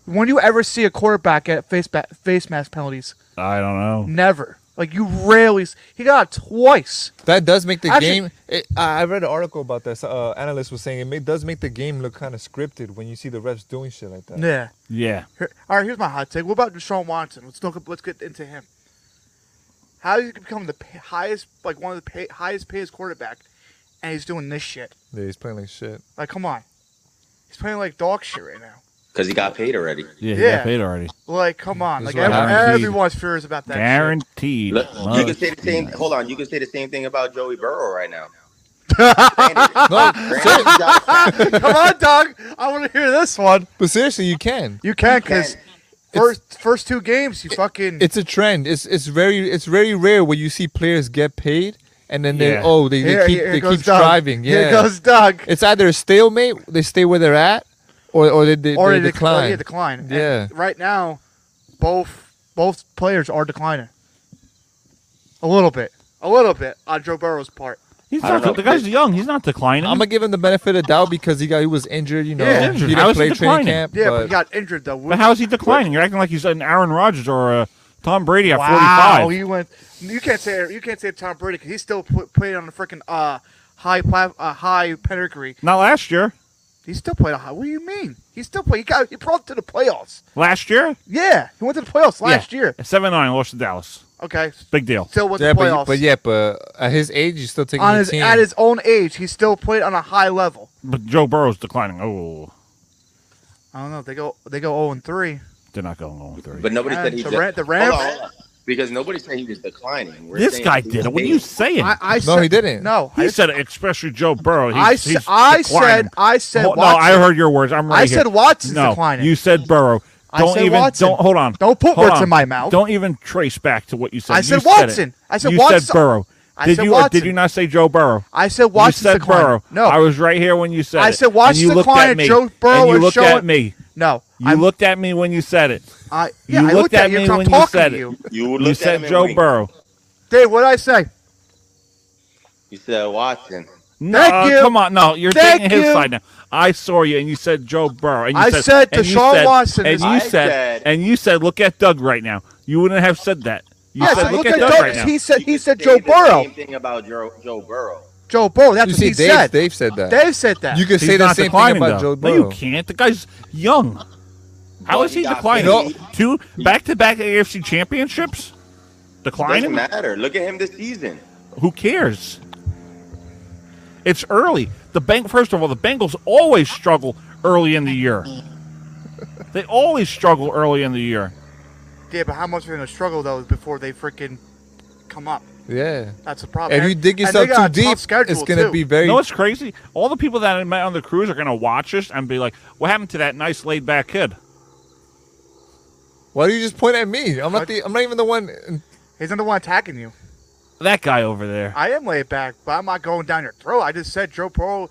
[SPEAKER 3] When you ever see a quarterback get face ba- face mask penalties?
[SPEAKER 1] I don't know.
[SPEAKER 3] Never. Like you rarely. s- He got it twice.
[SPEAKER 2] That does make the
[SPEAKER 3] Actually-
[SPEAKER 2] game. It, I I read an article about this. Uh, analyst was saying it ma- does make the game look kind of scripted when you see the refs doing shit like that.
[SPEAKER 3] Yeah.
[SPEAKER 1] Yeah.
[SPEAKER 3] Here- all right. Here's my hot take. What about Deshaun Watson? Let's look. Let's get into him. How did he become the pa- highest, like one of the pay, highest paid quarterback, and he's doing this shit?
[SPEAKER 2] Yeah, he's playing like shit.
[SPEAKER 3] Like, come on. He's playing like dog shit right now.
[SPEAKER 5] because he got paid already.
[SPEAKER 1] Yeah, he got paid already.
[SPEAKER 3] Like, come on.
[SPEAKER 1] This
[SPEAKER 3] Like,
[SPEAKER 1] is what
[SPEAKER 3] ev-
[SPEAKER 1] guaranteed.
[SPEAKER 3] everyone's furious about that.
[SPEAKER 1] Guaranteed.
[SPEAKER 5] Look, you can
[SPEAKER 1] Mother-
[SPEAKER 5] say the same. Hold on, you can say the same thing about Joey Burrow right now.
[SPEAKER 3] shit. come on, Doug. I want to hear this one.
[SPEAKER 2] But seriously, you can.
[SPEAKER 3] You can because first first two games, you fucking.
[SPEAKER 2] It's a trend. It's it's very it's very rare where you see players get paid and then they
[SPEAKER 3] Yeah.
[SPEAKER 2] oh they, they
[SPEAKER 3] Here-
[SPEAKER 2] keep
[SPEAKER 3] here
[SPEAKER 2] they
[SPEAKER 3] goes
[SPEAKER 2] keep
[SPEAKER 3] Doug.
[SPEAKER 2] striving. Yeah,
[SPEAKER 3] Here goes Doug.
[SPEAKER 2] It's either a stalemate, they stay where they're at, or or they, they,
[SPEAKER 3] or
[SPEAKER 2] they
[SPEAKER 3] they dec-
[SPEAKER 2] decline.
[SPEAKER 3] yeah, decline. And
[SPEAKER 2] Yeah.
[SPEAKER 3] right now, both both players are declining. A little bit. A little bit on Joe Burrow's part.
[SPEAKER 1] He's not, the guy's young. He's not declining.
[SPEAKER 2] I'm gonna give him the benefit of doubt because he got he was injured. You know,
[SPEAKER 1] Yeah.
[SPEAKER 2] he
[SPEAKER 1] Injured.
[SPEAKER 2] didn't
[SPEAKER 1] How is he
[SPEAKER 2] play training
[SPEAKER 1] declining?
[SPEAKER 2] camp.
[SPEAKER 3] Yeah, but,
[SPEAKER 2] but
[SPEAKER 3] he got injured though.
[SPEAKER 1] But how is he declining? You're acting like he's an Aaron Rodgers or a Tom Brady at
[SPEAKER 3] Wow,
[SPEAKER 1] 45.
[SPEAKER 3] you went. You can't say you can't say Tom Brady because he's still pl- playing on the freaking uh high plat- uh, high pedigree.
[SPEAKER 1] Not last year.
[SPEAKER 3] He still played on high. What do you mean? He still played. He got he brought to the playoffs.
[SPEAKER 1] Last year?
[SPEAKER 3] Yeah, he went to the playoffs last year.
[SPEAKER 1] 7 9, lost to Dallas.
[SPEAKER 3] Okay,
[SPEAKER 1] Big deal.
[SPEAKER 3] still with
[SPEAKER 2] yeah,
[SPEAKER 3] the
[SPEAKER 2] but, you-
[SPEAKER 3] playoffs.
[SPEAKER 2] but yeah, but at his age, you still taking
[SPEAKER 3] on
[SPEAKER 2] your
[SPEAKER 3] his
[SPEAKER 2] team.
[SPEAKER 3] at his own age, he still played on a high level.
[SPEAKER 1] But Joe Burrow's declining. Oh,
[SPEAKER 3] I don't know. They go they go zero and three.
[SPEAKER 1] they're not going on three.
[SPEAKER 5] But nobody
[SPEAKER 3] Yeah,
[SPEAKER 5] said he.
[SPEAKER 3] the
[SPEAKER 5] did-
[SPEAKER 3] Ram- the Rams-
[SPEAKER 5] Hold on, hold on. Because nobody said he was declining. We're
[SPEAKER 1] This
[SPEAKER 5] saying
[SPEAKER 1] guy
[SPEAKER 5] he
[SPEAKER 1] did
[SPEAKER 5] was
[SPEAKER 1] it. What are you
[SPEAKER 5] paid.
[SPEAKER 1] saying?
[SPEAKER 3] I- I No, said- he didn't. no,
[SPEAKER 1] He
[SPEAKER 3] I-
[SPEAKER 1] said, especially Joe Burrow. He's,
[SPEAKER 3] I s-
[SPEAKER 1] he's
[SPEAKER 3] I
[SPEAKER 1] declining.
[SPEAKER 3] said- I said
[SPEAKER 1] Hold- No, I
[SPEAKER 3] Watson.
[SPEAKER 1] heard your words. I'm
[SPEAKER 3] I
[SPEAKER 1] right here.
[SPEAKER 3] said Watson's
[SPEAKER 1] no,
[SPEAKER 3] declining.
[SPEAKER 1] You said Burrow.
[SPEAKER 3] I
[SPEAKER 1] Don't
[SPEAKER 3] said
[SPEAKER 1] even.
[SPEAKER 3] Watson.
[SPEAKER 1] Don't hold on.
[SPEAKER 3] Don't put
[SPEAKER 1] Hold
[SPEAKER 3] words in
[SPEAKER 1] on.
[SPEAKER 3] my mouth.
[SPEAKER 1] Don't even trace back to what you said.
[SPEAKER 3] I
[SPEAKER 1] You
[SPEAKER 3] said
[SPEAKER 1] it.
[SPEAKER 3] Watson. I said
[SPEAKER 1] you
[SPEAKER 3] Watson.
[SPEAKER 1] said Burrow.
[SPEAKER 3] I
[SPEAKER 1] did
[SPEAKER 3] said
[SPEAKER 1] you or did
[SPEAKER 3] Watson.
[SPEAKER 1] you not say Joe Burrow?
[SPEAKER 3] I said Watson's
[SPEAKER 1] You said
[SPEAKER 3] declining.
[SPEAKER 1] Burrow.
[SPEAKER 3] No.
[SPEAKER 1] I was right here when you said
[SPEAKER 3] I
[SPEAKER 1] it.
[SPEAKER 3] said
[SPEAKER 1] And
[SPEAKER 3] Watson's
[SPEAKER 1] you looked at
[SPEAKER 3] declining.
[SPEAKER 1] me.
[SPEAKER 3] Joe Burrow
[SPEAKER 1] and you
[SPEAKER 3] is
[SPEAKER 1] looked at
[SPEAKER 3] showing-
[SPEAKER 1] me.
[SPEAKER 3] No,
[SPEAKER 1] you looked at me when you said it.
[SPEAKER 3] I yeah,
[SPEAKER 1] you
[SPEAKER 3] I
[SPEAKER 1] looked, at,
[SPEAKER 3] you
[SPEAKER 1] me
[SPEAKER 3] 'cause I'm
[SPEAKER 1] when you
[SPEAKER 3] talking
[SPEAKER 1] said
[SPEAKER 3] to
[SPEAKER 1] it.
[SPEAKER 3] you.
[SPEAKER 5] You looked at
[SPEAKER 1] said
[SPEAKER 5] him and
[SPEAKER 1] Joe
[SPEAKER 5] winked.
[SPEAKER 1] Burrow.
[SPEAKER 3] Dave, what did I say?
[SPEAKER 5] You said Watson.
[SPEAKER 1] No, uh,
[SPEAKER 3] Thank you.
[SPEAKER 1] come on. No, you're
[SPEAKER 3] Thank
[SPEAKER 1] taking his
[SPEAKER 3] you.
[SPEAKER 1] side now. I saw you, and you said Joe Burrow. And you
[SPEAKER 3] I said
[SPEAKER 1] and you
[SPEAKER 3] Deshaun
[SPEAKER 1] said-
[SPEAKER 3] Watson
[SPEAKER 1] And
[SPEAKER 3] is-
[SPEAKER 1] you
[SPEAKER 3] I
[SPEAKER 1] said,
[SPEAKER 3] said-
[SPEAKER 1] and you said, look at Doug right now. You wouldn't have said that. You
[SPEAKER 3] Yes,
[SPEAKER 1] said,
[SPEAKER 3] look at
[SPEAKER 1] Doug
[SPEAKER 3] Doug.
[SPEAKER 1] right now.
[SPEAKER 3] He said he said
[SPEAKER 5] Say
[SPEAKER 3] Joe
[SPEAKER 5] the
[SPEAKER 3] Burrow.
[SPEAKER 5] Same thing about Joe, Joe Burrow.
[SPEAKER 3] Joe Burrow. That's
[SPEAKER 2] you
[SPEAKER 3] what
[SPEAKER 2] see,
[SPEAKER 3] he
[SPEAKER 2] Dave,
[SPEAKER 3] said.
[SPEAKER 2] Dave said that.
[SPEAKER 3] Dave said that.
[SPEAKER 2] You can
[SPEAKER 1] He's
[SPEAKER 2] say the
[SPEAKER 1] not
[SPEAKER 2] same thing
[SPEAKER 1] declining,
[SPEAKER 2] about
[SPEAKER 1] though.
[SPEAKER 2] Joe
[SPEAKER 1] No, you
[SPEAKER 2] Burrow.
[SPEAKER 1] can't. The guy's young. How is he
[SPEAKER 5] got
[SPEAKER 1] declining?
[SPEAKER 5] paid.
[SPEAKER 1] Two back-to-back AFC championships.
[SPEAKER 5] Doesn't
[SPEAKER 1] Declining.
[SPEAKER 5] matter. Look at him this season.
[SPEAKER 1] Who cares? It's early. The bank. First of all, the Bengals always struggle early in the year. They always struggle early in the year.
[SPEAKER 3] Yeah, but how much are they gonna struggle though before they freaking come up?
[SPEAKER 2] Yeah.
[SPEAKER 3] That's the problem.
[SPEAKER 2] If you
[SPEAKER 3] And-
[SPEAKER 2] dig
[SPEAKER 3] and
[SPEAKER 2] yourself
[SPEAKER 3] they got
[SPEAKER 2] too
[SPEAKER 3] a tough
[SPEAKER 2] deep,
[SPEAKER 3] schedule,
[SPEAKER 2] it's gonna
[SPEAKER 3] too.
[SPEAKER 2] be very-
[SPEAKER 1] You know what's crazy? All the people that I met on the cruise are gonna watch us and be like, "What happened to that nice laid back kid?"
[SPEAKER 2] Why do you just point at me? I'm not the I'm not even the one.
[SPEAKER 3] He's not the one attacking you.
[SPEAKER 1] That guy over there.
[SPEAKER 3] I am laid back, but I'm not going down your throat. I just said Joe Burrow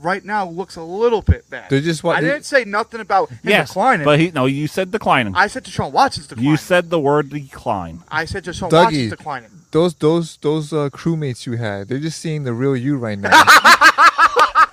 [SPEAKER 3] right now looks a little bit bad.
[SPEAKER 1] They just want-
[SPEAKER 3] I didn't say nothing about him
[SPEAKER 1] yes,
[SPEAKER 3] declining.
[SPEAKER 1] but he no. You said declining.
[SPEAKER 3] I said Deshaun Watson's declining.
[SPEAKER 1] You said the word decline.
[SPEAKER 3] I said Deshaun
[SPEAKER 2] Dougie,
[SPEAKER 3] Watson's declining.
[SPEAKER 2] those those those uh, crewmates you had, they're just seeing the real you right now,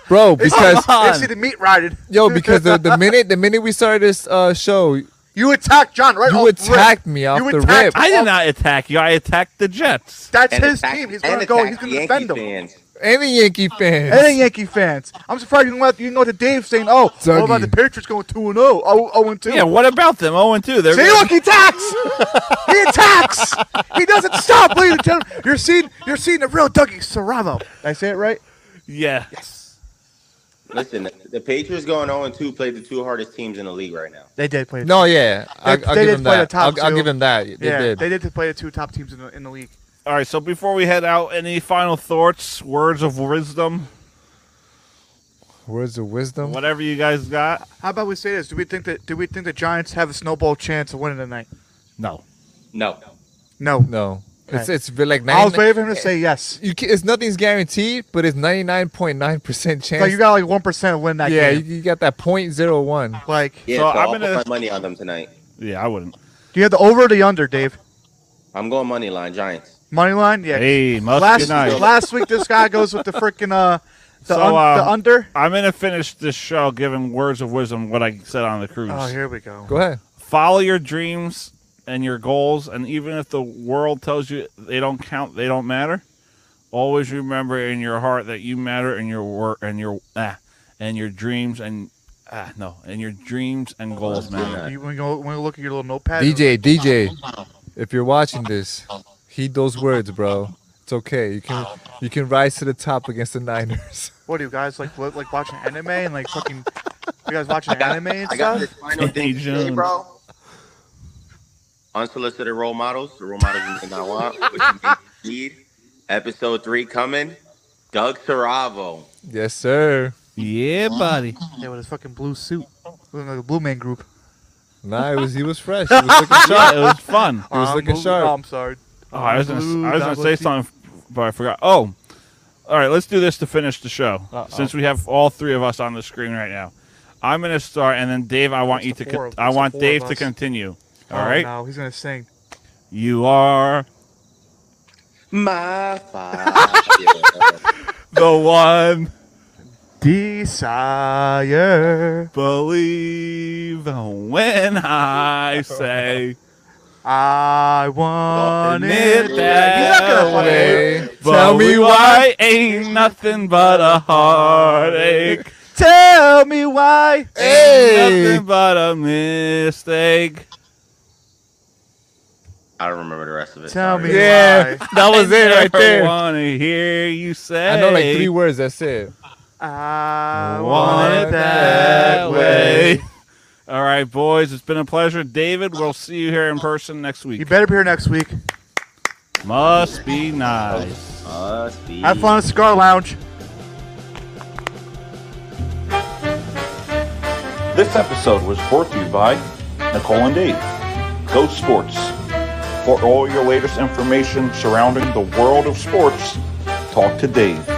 [SPEAKER 2] bro.
[SPEAKER 3] They see-
[SPEAKER 2] Because
[SPEAKER 3] they see the meat riding.
[SPEAKER 2] yo, because the, the minute the minute we started this uh, show,
[SPEAKER 3] you attacked John right.
[SPEAKER 2] you
[SPEAKER 3] off the rip.
[SPEAKER 2] attacked me off
[SPEAKER 3] You
[SPEAKER 2] the
[SPEAKER 3] attacked
[SPEAKER 2] rip.
[SPEAKER 3] I did
[SPEAKER 1] not attack you. I attacked the Jets.
[SPEAKER 3] That's his team. He's gonna go. He's gonna defend them.
[SPEAKER 2] Any Yankee fans?
[SPEAKER 3] Any Yankee fans? I'm surprised you didn't let you know the Dave saying, "Oh, what about the Patriots going two and oh, oh, oh and two?
[SPEAKER 1] Yeah, what about them? Oh and two. They're
[SPEAKER 3] See, look, he attacks. he attacks. He doesn't stop, ladies and gentlemen. You're seeing, you're seeing the real Dougie Serrano. Did I say it right?
[SPEAKER 1] Yeah.
[SPEAKER 5] Listen, the Patriots going 0 2 played the two hardest teams in the league right now.
[SPEAKER 3] They did play.
[SPEAKER 2] No, yeah, I,
[SPEAKER 3] They-
[SPEAKER 2] I'll
[SPEAKER 3] they
[SPEAKER 2] give
[SPEAKER 3] did
[SPEAKER 2] him
[SPEAKER 3] play the
[SPEAKER 2] that.
[SPEAKER 3] top
[SPEAKER 2] I'll, I'll
[SPEAKER 3] two.
[SPEAKER 2] give him that. They
[SPEAKER 3] yeah,
[SPEAKER 2] did.
[SPEAKER 3] They did to play the two top teams in the in the league.
[SPEAKER 1] All right. So before we head out, any final thoughts, words of wisdom,
[SPEAKER 2] Words of wisdom.
[SPEAKER 1] whatever you guys got?
[SPEAKER 3] How about we say this? Do we think that do we think the Giants have a snowball chance of winning tonight?
[SPEAKER 1] No.
[SPEAKER 5] No.
[SPEAKER 3] No.
[SPEAKER 2] No. It's
[SPEAKER 3] Okay.
[SPEAKER 2] it's ve- like
[SPEAKER 3] I was
[SPEAKER 2] 99
[SPEAKER 3] waiting for him to say yes.
[SPEAKER 2] You can, it's nothing's guaranteed, but it's ninety nine point nine percent chance.
[SPEAKER 3] Like you got like one percent win that
[SPEAKER 2] yeah, you,
[SPEAKER 3] game.
[SPEAKER 2] you got that point zero one.
[SPEAKER 3] Like
[SPEAKER 5] Yeah, so, i will put my money on them tonight.
[SPEAKER 1] Yeah, I wouldn't.
[SPEAKER 3] Do you have the over or the under, Dave?
[SPEAKER 5] I'm going money line Giants.
[SPEAKER 3] Money line? Yeah.
[SPEAKER 1] Hey, must be
[SPEAKER 3] last
[SPEAKER 1] nice.
[SPEAKER 3] last week this guy goes with the freaking uh the,
[SPEAKER 1] so
[SPEAKER 3] un- the
[SPEAKER 1] um,
[SPEAKER 3] under.
[SPEAKER 1] I'm gonna finish this show giving words of wisdom what I said on the cruise.
[SPEAKER 3] Oh, here we go.
[SPEAKER 2] Go ahead.
[SPEAKER 1] Follow your dreams and your goals, and even if the world tells you they don't count, they don't matter. Always remember in your heart that you matter, and your work, and your ah, and your dreams, and ah, no, and your dreams and goals matter.
[SPEAKER 3] You want to go? Want to look at your little notepad?
[SPEAKER 2] DJ, DJ, if you're watching this, heed those words, bro. It's okay. You can you can rise to the top against the Niners.
[SPEAKER 3] What do you guys like? Look, like watching anime and like fucking. You guys watching anime and
[SPEAKER 5] I got
[SPEAKER 3] stuff?
[SPEAKER 5] this final thing to say, bro. Unsolicited role models, the role models you did not want, which you may need. Episode three coming. Doug Saravo.
[SPEAKER 2] Yes, sir.
[SPEAKER 1] Yeah, buddy.
[SPEAKER 3] Yeah, with his fucking blue suit. Looking like a blue man group.
[SPEAKER 2] Nah, it was he was fresh. He was looking sharp.
[SPEAKER 1] Yeah, it was fun.
[SPEAKER 2] He was
[SPEAKER 1] I'm
[SPEAKER 2] looking
[SPEAKER 1] moving
[SPEAKER 2] sharp.
[SPEAKER 3] Oh, I'm sorry.
[SPEAKER 1] Oh, I was gonna,
[SPEAKER 3] Blue
[SPEAKER 1] I was gonna
[SPEAKER 3] double
[SPEAKER 1] say
[SPEAKER 3] T.
[SPEAKER 1] something, but I forgot. Oh, all right. Let's do this to finish the show,
[SPEAKER 3] Uh-oh.
[SPEAKER 1] since we have all three of us on the screen right now. I'm gonna start, and then Dave. I want
[SPEAKER 3] What's
[SPEAKER 1] you
[SPEAKER 3] the
[SPEAKER 1] to.
[SPEAKER 3] four
[SPEAKER 1] Con-
[SPEAKER 3] of-
[SPEAKER 1] I
[SPEAKER 3] what's the
[SPEAKER 1] want
[SPEAKER 3] four
[SPEAKER 1] Dave
[SPEAKER 3] of
[SPEAKER 1] to
[SPEAKER 3] us?
[SPEAKER 1] continue. All
[SPEAKER 3] oh,
[SPEAKER 1] right.
[SPEAKER 3] No, he's gonna sing.
[SPEAKER 1] You are
[SPEAKER 5] My fire.
[SPEAKER 1] the one.
[SPEAKER 3] Desire.
[SPEAKER 1] Believe when I say
[SPEAKER 3] I want
[SPEAKER 1] it
[SPEAKER 3] it
[SPEAKER 1] that way. Tell me why ain't nothing but a heartache.
[SPEAKER 3] Tell me why.
[SPEAKER 1] Nothing but a mistake.
[SPEAKER 5] I don't remember the rest of it.
[SPEAKER 3] Tell
[SPEAKER 5] sorry.
[SPEAKER 3] me Yeah, why. that was it right there.
[SPEAKER 1] I want to hear you say.
[SPEAKER 2] I know like three words. That's it.
[SPEAKER 3] I
[SPEAKER 1] want it that
[SPEAKER 3] way.
[SPEAKER 1] way. All right, boys, it's been a pleasure. David, we'll see you here in person next week.
[SPEAKER 3] You better be here next week.
[SPEAKER 1] Must be nice.
[SPEAKER 5] Must be.
[SPEAKER 3] Have fun at Cigar Lounge.
[SPEAKER 6] This episode was brought to you by Nicole and Dave, Go Sports. For all your latest information surrounding the world of sports, talk to Dave.